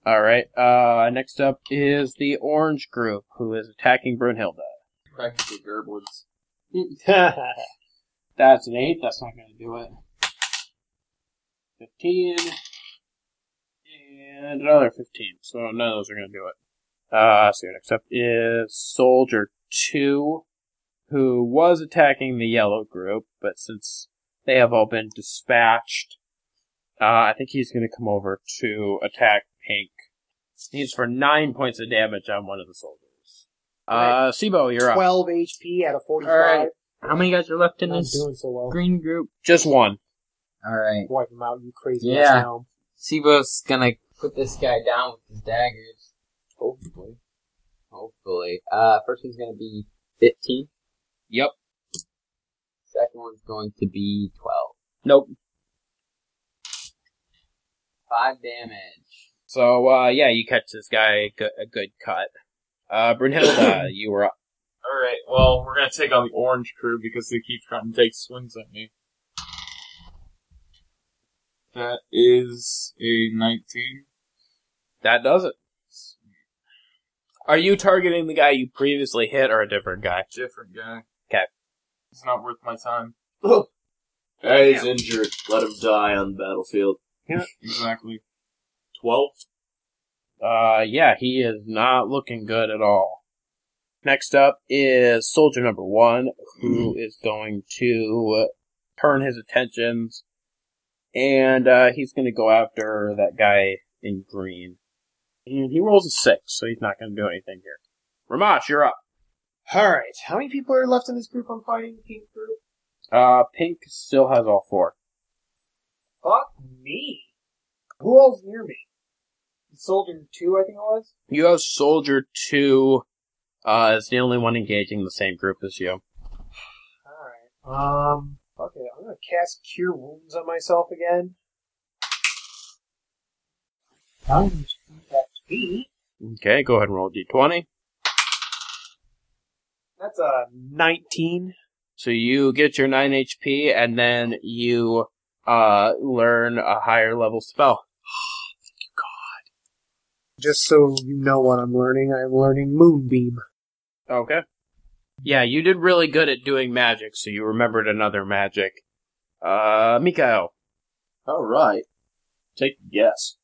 [SPEAKER 3] All right. Uh, next up is the orange group who is attacking Brunhilde.
[SPEAKER 18] Practically Gerblins.
[SPEAKER 3] That's an eight. That's not going to do it. Fifteen and another fifteen. So none of those are going to do it. Uh, so next up is Soldier Two, who was attacking the yellow group, but since they have all been dispatched, uh, I think he's going to come over to attack Pink. He's for nine points of damage on one of the soldiers. Uh, Sibo, you're up.
[SPEAKER 9] 12 HP out of 45.
[SPEAKER 17] Alright. How many guys are left in
[SPEAKER 9] Not
[SPEAKER 17] this
[SPEAKER 9] doing so well.
[SPEAKER 17] green group?
[SPEAKER 3] Just one.
[SPEAKER 17] Alright.
[SPEAKER 9] Wipe him out, you crazy
[SPEAKER 17] Yeah.
[SPEAKER 9] ass gnome.
[SPEAKER 17] Sibo's gonna put this guy down with his daggers. Hopefully. Hopefully. Uh, first one's gonna be 15.
[SPEAKER 3] Yep.
[SPEAKER 17] Second one's going to be 12.
[SPEAKER 3] Nope.
[SPEAKER 17] 5 damage.
[SPEAKER 3] So, uh, yeah, you catch this guy go- a good cut. Uh, Brunhilda, you were up.
[SPEAKER 18] Alright, well, we're gonna take on the orange crew because they keep trying to take swings at me. That is a 19.
[SPEAKER 3] That does it. Are you targeting the guy you previously hit or a different guy?
[SPEAKER 18] Different guy.
[SPEAKER 3] 'Kay.
[SPEAKER 18] It's not worth my time.
[SPEAKER 17] Oh.
[SPEAKER 5] Hey, he's injured. Let him die on the battlefield.
[SPEAKER 18] Exactly. 12?
[SPEAKER 3] Uh, yeah, he is not looking good at all. Next up is soldier number one, who
[SPEAKER 5] Hmm.
[SPEAKER 3] is going to turn his attentions, and uh, he's going to go after that guy in green. And he rolls a six, so he's not going to do anything here. Ramash, you're up.
[SPEAKER 9] Alright, how many people are left in this group I'm fighting? Pink group?
[SPEAKER 3] Uh, Pink still has all four.
[SPEAKER 9] Fuck me. Who else near me? Soldier 2, I think it was?
[SPEAKER 3] You have Soldier 2, uh, is the only one engaging the same group as you.
[SPEAKER 9] Alright. Um, fuck it. I'm gonna cast Cure Wounds on myself again. Times HP.
[SPEAKER 3] Okay, go ahead and roll d20.
[SPEAKER 9] That's a 19.
[SPEAKER 3] So you get your 9 HP, and then you, uh, learn a higher level spell.
[SPEAKER 9] Just so you know what I'm learning, I'm learning Moonbeam.
[SPEAKER 3] Okay. Yeah, you did really good at doing magic, so you remembered another magic. Uh, Mikael.
[SPEAKER 5] Alright. Take a guess.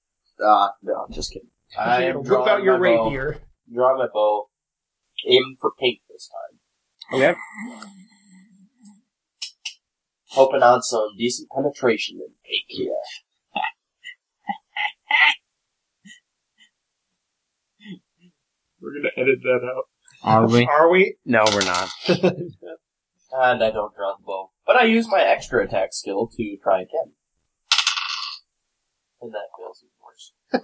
[SPEAKER 5] Ah, no, I'm just kidding. I am
[SPEAKER 9] Whip out
[SPEAKER 5] drawing
[SPEAKER 9] your
[SPEAKER 5] my bow.
[SPEAKER 9] rapier.
[SPEAKER 5] Draw my bow. Aim for pink this time.
[SPEAKER 3] Okay.
[SPEAKER 5] Hoping on some decent penetration in pink. Yeah.
[SPEAKER 18] We're gonna edit that out.
[SPEAKER 17] Are we?
[SPEAKER 9] Are we?
[SPEAKER 3] No, we're not.
[SPEAKER 5] And I don't draw the bow. But But I use my extra attack skill to try again. And that fails even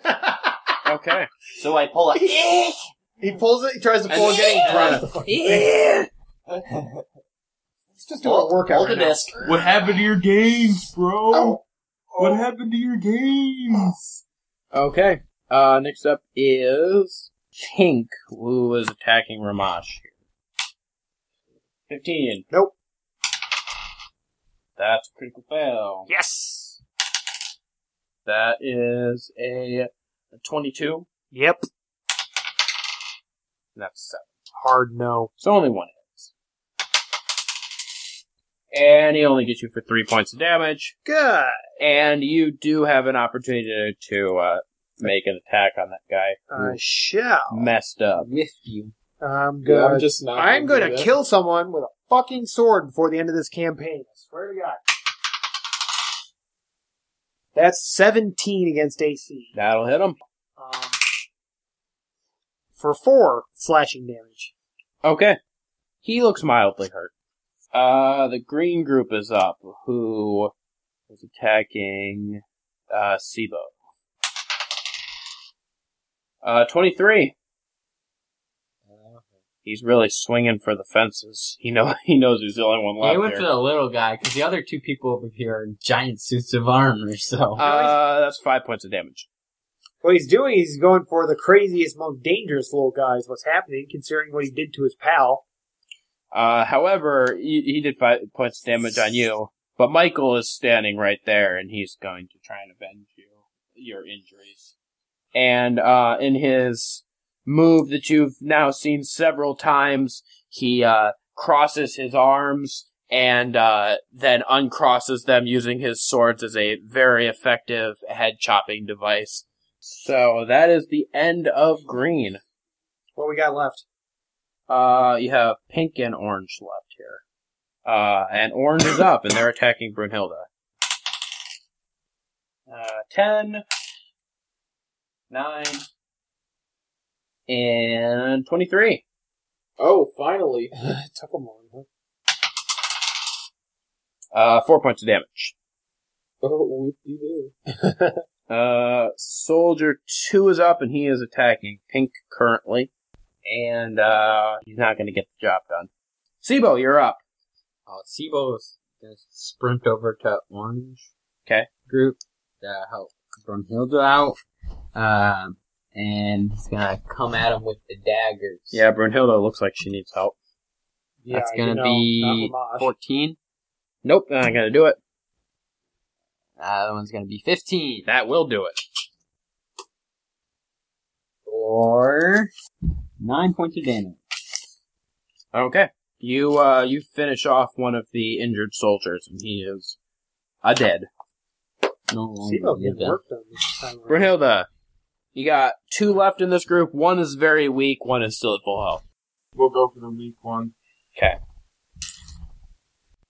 [SPEAKER 5] worse.
[SPEAKER 3] okay.
[SPEAKER 5] So I pull a.
[SPEAKER 20] he pulls it. He tries to pull it
[SPEAKER 5] And-
[SPEAKER 20] again. He tries to
[SPEAKER 5] Yeah.
[SPEAKER 20] Let's just do a workout.
[SPEAKER 5] Hold the
[SPEAKER 20] right now.
[SPEAKER 5] disc.
[SPEAKER 18] What happened to your games, bro? What happened to your games?
[SPEAKER 3] Okay. Uh, next up is Pink, who is attacking Ramash. here. 15.
[SPEAKER 20] Nope.
[SPEAKER 3] That's a critical fail. Yes! That is a 22. Yep. That's seven. Hard no. So only one hits. And he only gets you for three points of damage. Good. And you do have an opportunity to uh, make an attack on that guy.
[SPEAKER 9] I
[SPEAKER 3] who
[SPEAKER 9] shall.
[SPEAKER 3] messed up. With you.
[SPEAKER 9] Uh, I'm
[SPEAKER 3] Yeah,
[SPEAKER 9] gonna.
[SPEAKER 3] I'm just not
[SPEAKER 9] I'm
[SPEAKER 3] gonna
[SPEAKER 9] gonna
[SPEAKER 3] do that.
[SPEAKER 9] kill someone with a fucking sword before the end of this campaign. I swear to God. That's 17 against AC
[SPEAKER 3] That'll hit him.
[SPEAKER 9] for four slashing damage.
[SPEAKER 3] Okay. He looks mildly hurt. Uh, the green group is up, who is attacking, uh, Sibo. Uh, 23. He's really swinging for the fences. He know he knows he's the only one left.
[SPEAKER 17] He went
[SPEAKER 3] here.
[SPEAKER 17] for the little guy because the other two people over here are in giant suits of armor. So
[SPEAKER 3] Uh, that's five points of damage.
[SPEAKER 9] What he's doing is he's going for the craziest, most dangerous little guy. Is what's happening, considering what he did to his pal.
[SPEAKER 3] Uh, however, he, he did five points of damage on you, but Michael is standing right there, and he's going to try and avenge you your injuries. And uh, in his move that you've now seen several times, he uh, crosses his arms and uh, then uncrosses them using his swords as a very effective head chopping device. So that is the end of green.
[SPEAKER 9] What we got left?
[SPEAKER 3] Uh, you have pink and orange left here. Uh, and orange is up, and they're attacking Brunhilda. Uh, 10, 9, and 23.
[SPEAKER 18] Oh, finally.
[SPEAKER 9] Took him long. Huh?
[SPEAKER 3] Uh, 4 points of damage.
[SPEAKER 18] Oh, you do.
[SPEAKER 3] Uh, Soldier 2 is up, and he is attacking pink currently. And, uh, he's not gonna get the job done. Sibo, you're up.
[SPEAKER 17] Oh, Sibo's gonna sprint over to Orange.
[SPEAKER 3] Okay.
[SPEAKER 17] Group to help Brunhilde out. Um, and he's gonna come at him with the daggers.
[SPEAKER 3] Yeah, Brunhilda looks like she needs
[SPEAKER 21] Oh.
[SPEAKER 3] help.
[SPEAKER 17] That's gonna be fourteen.
[SPEAKER 3] Nope, not gonna do it.
[SPEAKER 17] Uh, that one's gonna be fifteen.
[SPEAKER 3] That will do it.
[SPEAKER 17] Or nine points of damage.
[SPEAKER 3] Okay. You uh you finish off one of the injured soldiers and he is a dead.
[SPEAKER 17] No
[SPEAKER 9] Sibo getting worked on this time. around.
[SPEAKER 3] Brunhilda, you got two left in this group. One is very weak, one is still at full health.
[SPEAKER 18] We'll go for the weak one.
[SPEAKER 3] Okay.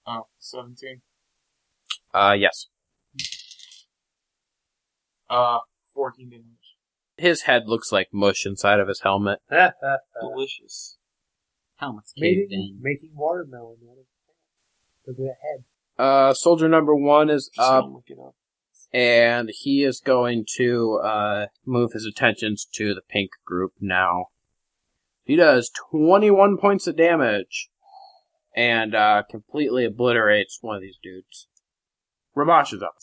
[SPEAKER 18] Oh, 17.
[SPEAKER 3] Uh yes.
[SPEAKER 18] Uh, 14 damage.
[SPEAKER 3] His head looks like mush inside of his helmet.
[SPEAKER 18] Delicious.
[SPEAKER 17] Helmet's
[SPEAKER 9] Making- Making watermelon out of look at that head.
[SPEAKER 3] Uh soldier number one is up
[SPEAKER 18] Look it up.
[SPEAKER 3] and he is going to uh move his attentions to the pink group now. He does 21 points of damage and uh, completely obliterates one of these dudes. Ramash is up.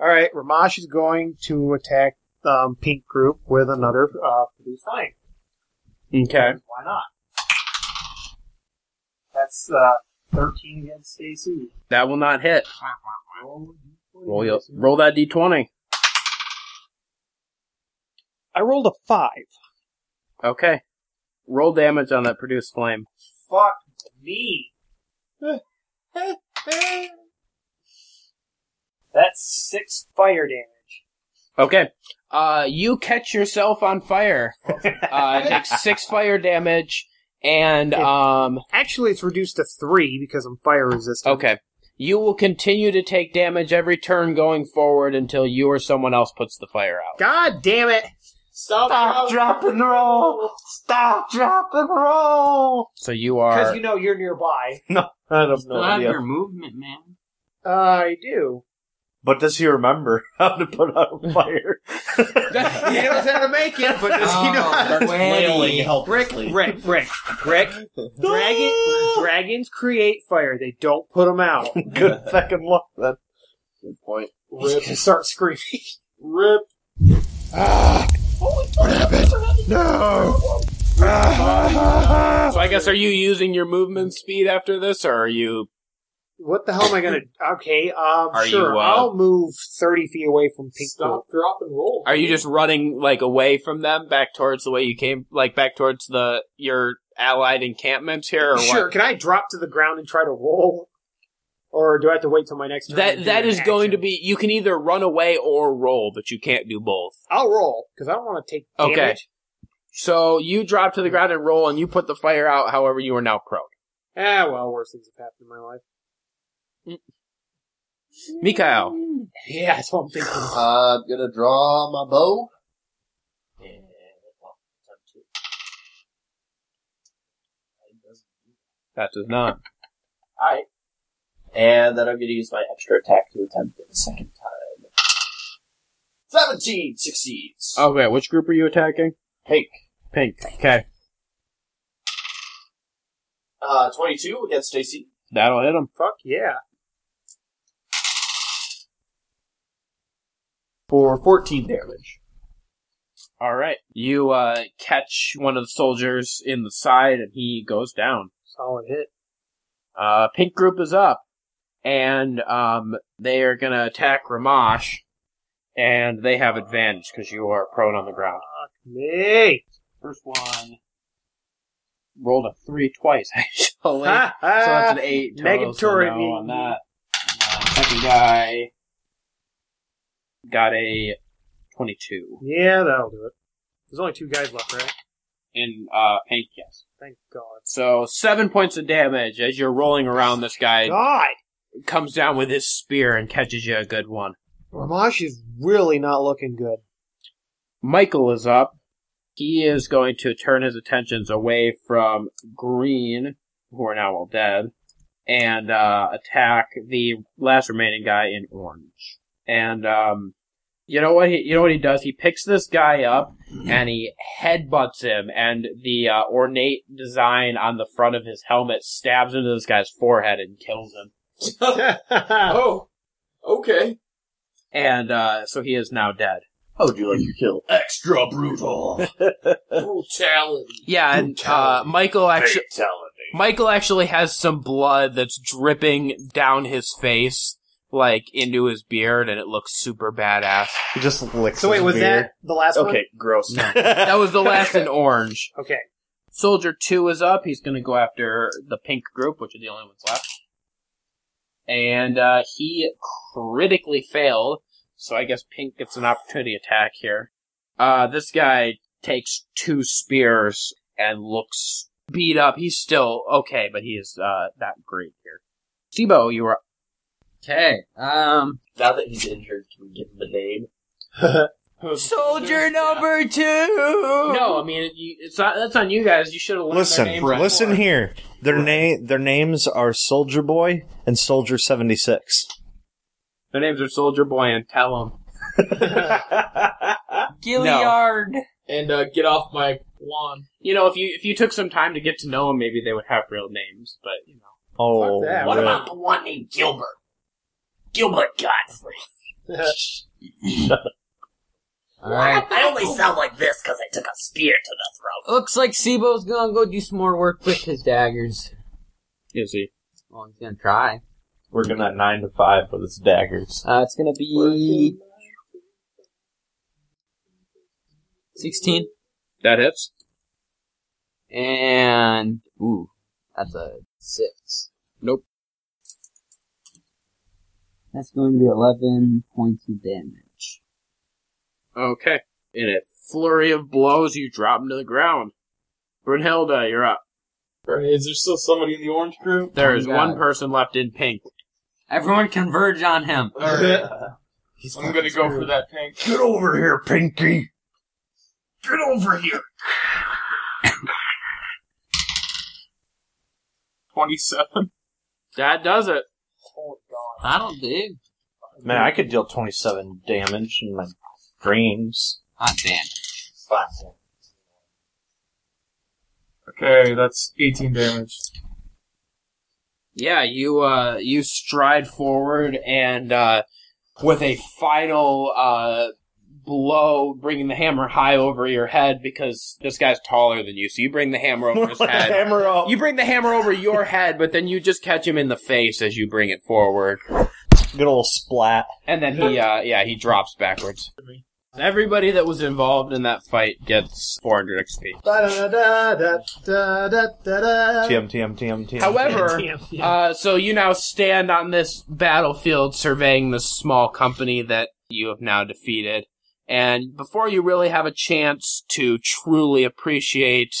[SPEAKER 9] All right, Ramash is going to attack um, Pink Group with another uh, produce flame.
[SPEAKER 3] Okay.
[SPEAKER 9] Why not? That's uh, thirteen against Stacy.
[SPEAKER 3] That will not hit. Roll, your- roll that d20.
[SPEAKER 9] I rolled a five.
[SPEAKER 3] Okay. Roll damage on that produced flame.
[SPEAKER 9] Fuck me. That's six fire damage.
[SPEAKER 3] Okay. Uh, you catch yourself on fire. Uh, take six fire damage, and um,
[SPEAKER 9] actually, it's reduced to three because I'm fire resistant.
[SPEAKER 3] Okay. You will continue to take damage every turn going forward until you or someone else puts the fire out.
[SPEAKER 9] God damn it!
[SPEAKER 18] Stop,
[SPEAKER 9] drop, and roll. Stop, drop, and roll.
[SPEAKER 3] So you
[SPEAKER 9] Because
[SPEAKER 3] are
[SPEAKER 9] you know you're nearby.
[SPEAKER 3] no, I have
[SPEAKER 9] no idea.
[SPEAKER 17] your movement, man.
[SPEAKER 9] Uh, I do.
[SPEAKER 6] But does he remember how to put out a fire?
[SPEAKER 22] he knows how to make it, but does he know how to
[SPEAKER 9] Rick, Rick, Rick, Rick. Dragon, dragons create fire. They don't put them out.
[SPEAKER 6] Good second luck then.
[SPEAKER 9] Good point. Rip. Start screaming. Rip.
[SPEAKER 22] Ah!
[SPEAKER 23] No!
[SPEAKER 3] So I guess are you using your movement speed after this, or are you?
[SPEAKER 9] What the hell am I gonna? Okay, um,
[SPEAKER 3] Are
[SPEAKER 9] sure.
[SPEAKER 3] you, uh,
[SPEAKER 9] I'll move thirty feet away from Pink. Stop,
[SPEAKER 8] drop, and roll.
[SPEAKER 3] Are you just running like away from them, back towards the way you came, like back towards the your allied encampments here? Or
[SPEAKER 9] Sure.
[SPEAKER 3] What?
[SPEAKER 9] Can I drop to the ground and try to roll, or do I have to wait till my next turn? to do
[SPEAKER 3] That that
[SPEAKER 9] an
[SPEAKER 3] is
[SPEAKER 9] action?
[SPEAKER 3] going to be. You can either run away or roll, but you can't do both.
[SPEAKER 9] I'll roll because I don't want to take
[SPEAKER 3] Okay.
[SPEAKER 9] damage.
[SPEAKER 3] So you drop to the ground and roll, and you put the fire out. However, you are now prone.
[SPEAKER 9] Ah, well, worse things have happened in my life.
[SPEAKER 3] Mikael.
[SPEAKER 9] Yeah, that's what I'm thinking.
[SPEAKER 21] I'm gonna draw my bow.
[SPEAKER 3] That does not.
[SPEAKER 5] Alright. And then I'm going to use my extra attack to attempt it a second time. 17 succeeds.
[SPEAKER 3] Okay, which group are you attacking?
[SPEAKER 5] Pink.
[SPEAKER 3] Pink. Okay,
[SPEAKER 5] Uh, 22 against JC.
[SPEAKER 3] that'll hit him.
[SPEAKER 9] Fuck yeah.
[SPEAKER 5] For 14 damage.
[SPEAKER 3] All right. You uh, catch one of the soldiers in the side, and he goes down.
[SPEAKER 9] Solid hit.
[SPEAKER 3] Uh, pink group is up, and um, they are gonna attack Ramash, and they have advantage because you are prone on the ground.
[SPEAKER 9] Me.
[SPEAKER 3] First one. Rolled a three twice actually,
[SPEAKER 9] Ha,
[SPEAKER 3] so that's an
[SPEAKER 9] ha.
[SPEAKER 3] eight. Total, so
[SPEAKER 9] Negatory
[SPEAKER 3] no
[SPEAKER 9] me.
[SPEAKER 3] on that. Uh, second guy got a twenty-two,
[SPEAKER 9] Yeah, that'll do it. There's only two guys left, right?
[SPEAKER 3] and uh, pink yes.
[SPEAKER 9] Thank God.
[SPEAKER 3] So seven points of damage as you're rolling around. This guy
[SPEAKER 9] God.
[SPEAKER 3] comes down with his spear and catches you a good one.
[SPEAKER 9] Ramash is really not looking good.
[SPEAKER 3] Michael is up. He is going to turn his attentions away from Green, who are now all dead, and uh, attack the last remaining guy in orange. And um, you know what? He, you know what he does? He picks this guy up and he headbutts him, and the uh, ornate design on the front of his helmet stabs into this guy's forehead and kills him.
[SPEAKER 8] oh, okay.
[SPEAKER 3] And uh, so he is now dead.
[SPEAKER 5] How would you like your kill? Extra brutal.
[SPEAKER 8] Brutality.
[SPEAKER 3] Yeah, and uh, Michael actually
[SPEAKER 5] Fatality.
[SPEAKER 3] Michael actually has some blood that's dripping down his face, like into his beard, and it looks super badass.
[SPEAKER 21] He just licks.
[SPEAKER 9] So wait,
[SPEAKER 21] his
[SPEAKER 9] was
[SPEAKER 21] beard.
[SPEAKER 9] that the last one?
[SPEAKER 21] Okay, gross.
[SPEAKER 3] that was the last in orange.
[SPEAKER 9] Okay.
[SPEAKER 3] Soldier two is up. He's gonna go after the pink group, which are the only ones left. And uh, he critically failed, so I guess pink gets an opportunity attack here. Uh, this guy takes two spears and looks beat up. He's still okay, but he is uh, not great here. Sibo, you are
[SPEAKER 24] Okay. Um.
[SPEAKER 5] Now that he's injured, can we give him a name?
[SPEAKER 7] Soldier number two.
[SPEAKER 3] No, I mean it- you- it's not. That's on you guys. You should have learned their
[SPEAKER 1] Listen,
[SPEAKER 3] names
[SPEAKER 1] listen
[SPEAKER 3] before.
[SPEAKER 1] here. Their name, their names are Soldier Boy and Soldier Seventy Six.
[SPEAKER 3] Their names are Soldier Boy and Tell 'em.
[SPEAKER 7] Gilliard.
[SPEAKER 8] And uh, get off my lawn.
[SPEAKER 3] You know, if you if you took some time to get to know them, maybe they would have real names. But you know,
[SPEAKER 1] Oh,
[SPEAKER 5] What
[SPEAKER 1] rip.
[SPEAKER 5] about the one named Gilbert? Gilbert Godfrey.
[SPEAKER 7] Alright.
[SPEAKER 5] I only sound like this because I took a spear to the throat.
[SPEAKER 7] Looks like Sibo's gonna go do some more work with his daggers.
[SPEAKER 3] is he?
[SPEAKER 7] Well, he's gonna try.
[SPEAKER 21] Working at nine
[SPEAKER 3] Oh.
[SPEAKER 21] to five with his daggers.
[SPEAKER 7] Uh, it's gonna be. 16.
[SPEAKER 3] that hits.
[SPEAKER 7] And. Ooh. That's a 6.
[SPEAKER 3] Nope.
[SPEAKER 7] That's going to be 11 points of damage.
[SPEAKER 3] Okay. In a flurry of blows, you drop him to the ground. Brunhilda, you're up.
[SPEAKER 8] Right, is there still somebody in the orange group?
[SPEAKER 3] There is
[SPEAKER 8] Oh, God.
[SPEAKER 3] one person left in pink.
[SPEAKER 7] Everyone converge on him.
[SPEAKER 8] Alright. I'm gonna go for that pink. Get over here, Pinky.
[SPEAKER 5] Get over here.
[SPEAKER 8] 27.
[SPEAKER 3] That does it.
[SPEAKER 9] Oh God.
[SPEAKER 17] I don't do.
[SPEAKER 1] Man, I could deal 27 damage in my dreams.
[SPEAKER 17] Hot damn.
[SPEAKER 18] Okay, that's 18 damage.
[SPEAKER 3] Yeah, you uh, you stride forward and uh, with a final uh, blow, bringing the hammer high over your head because this guy's taller than you. So you bring the hammer over his head.
[SPEAKER 4] hammer up.
[SPEAKER 3] You bring the hammer over your head, but then you just catch him in the face as you bring it forward.
[SPEAKER 1] Good old splat.
[SPEAKER 3] And then he, uh, yeah, he drops backwards. Everybody that was involved in that fight gets 400 XP.
[SPEAKER 1] TM, TM, TM, TM.
[SPEAKER 3] However, uh, so you now stand on this battlefield surveying this small company that you have now defeated. And before you really have a chance to truly appreciate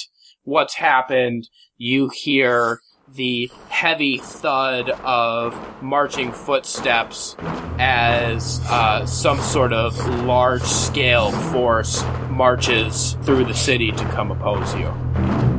[SPEAKER 3] what's happened, you hear the heavy thud of marching footsteps as uh, some sort of large scale force marches through the city to come oppose you.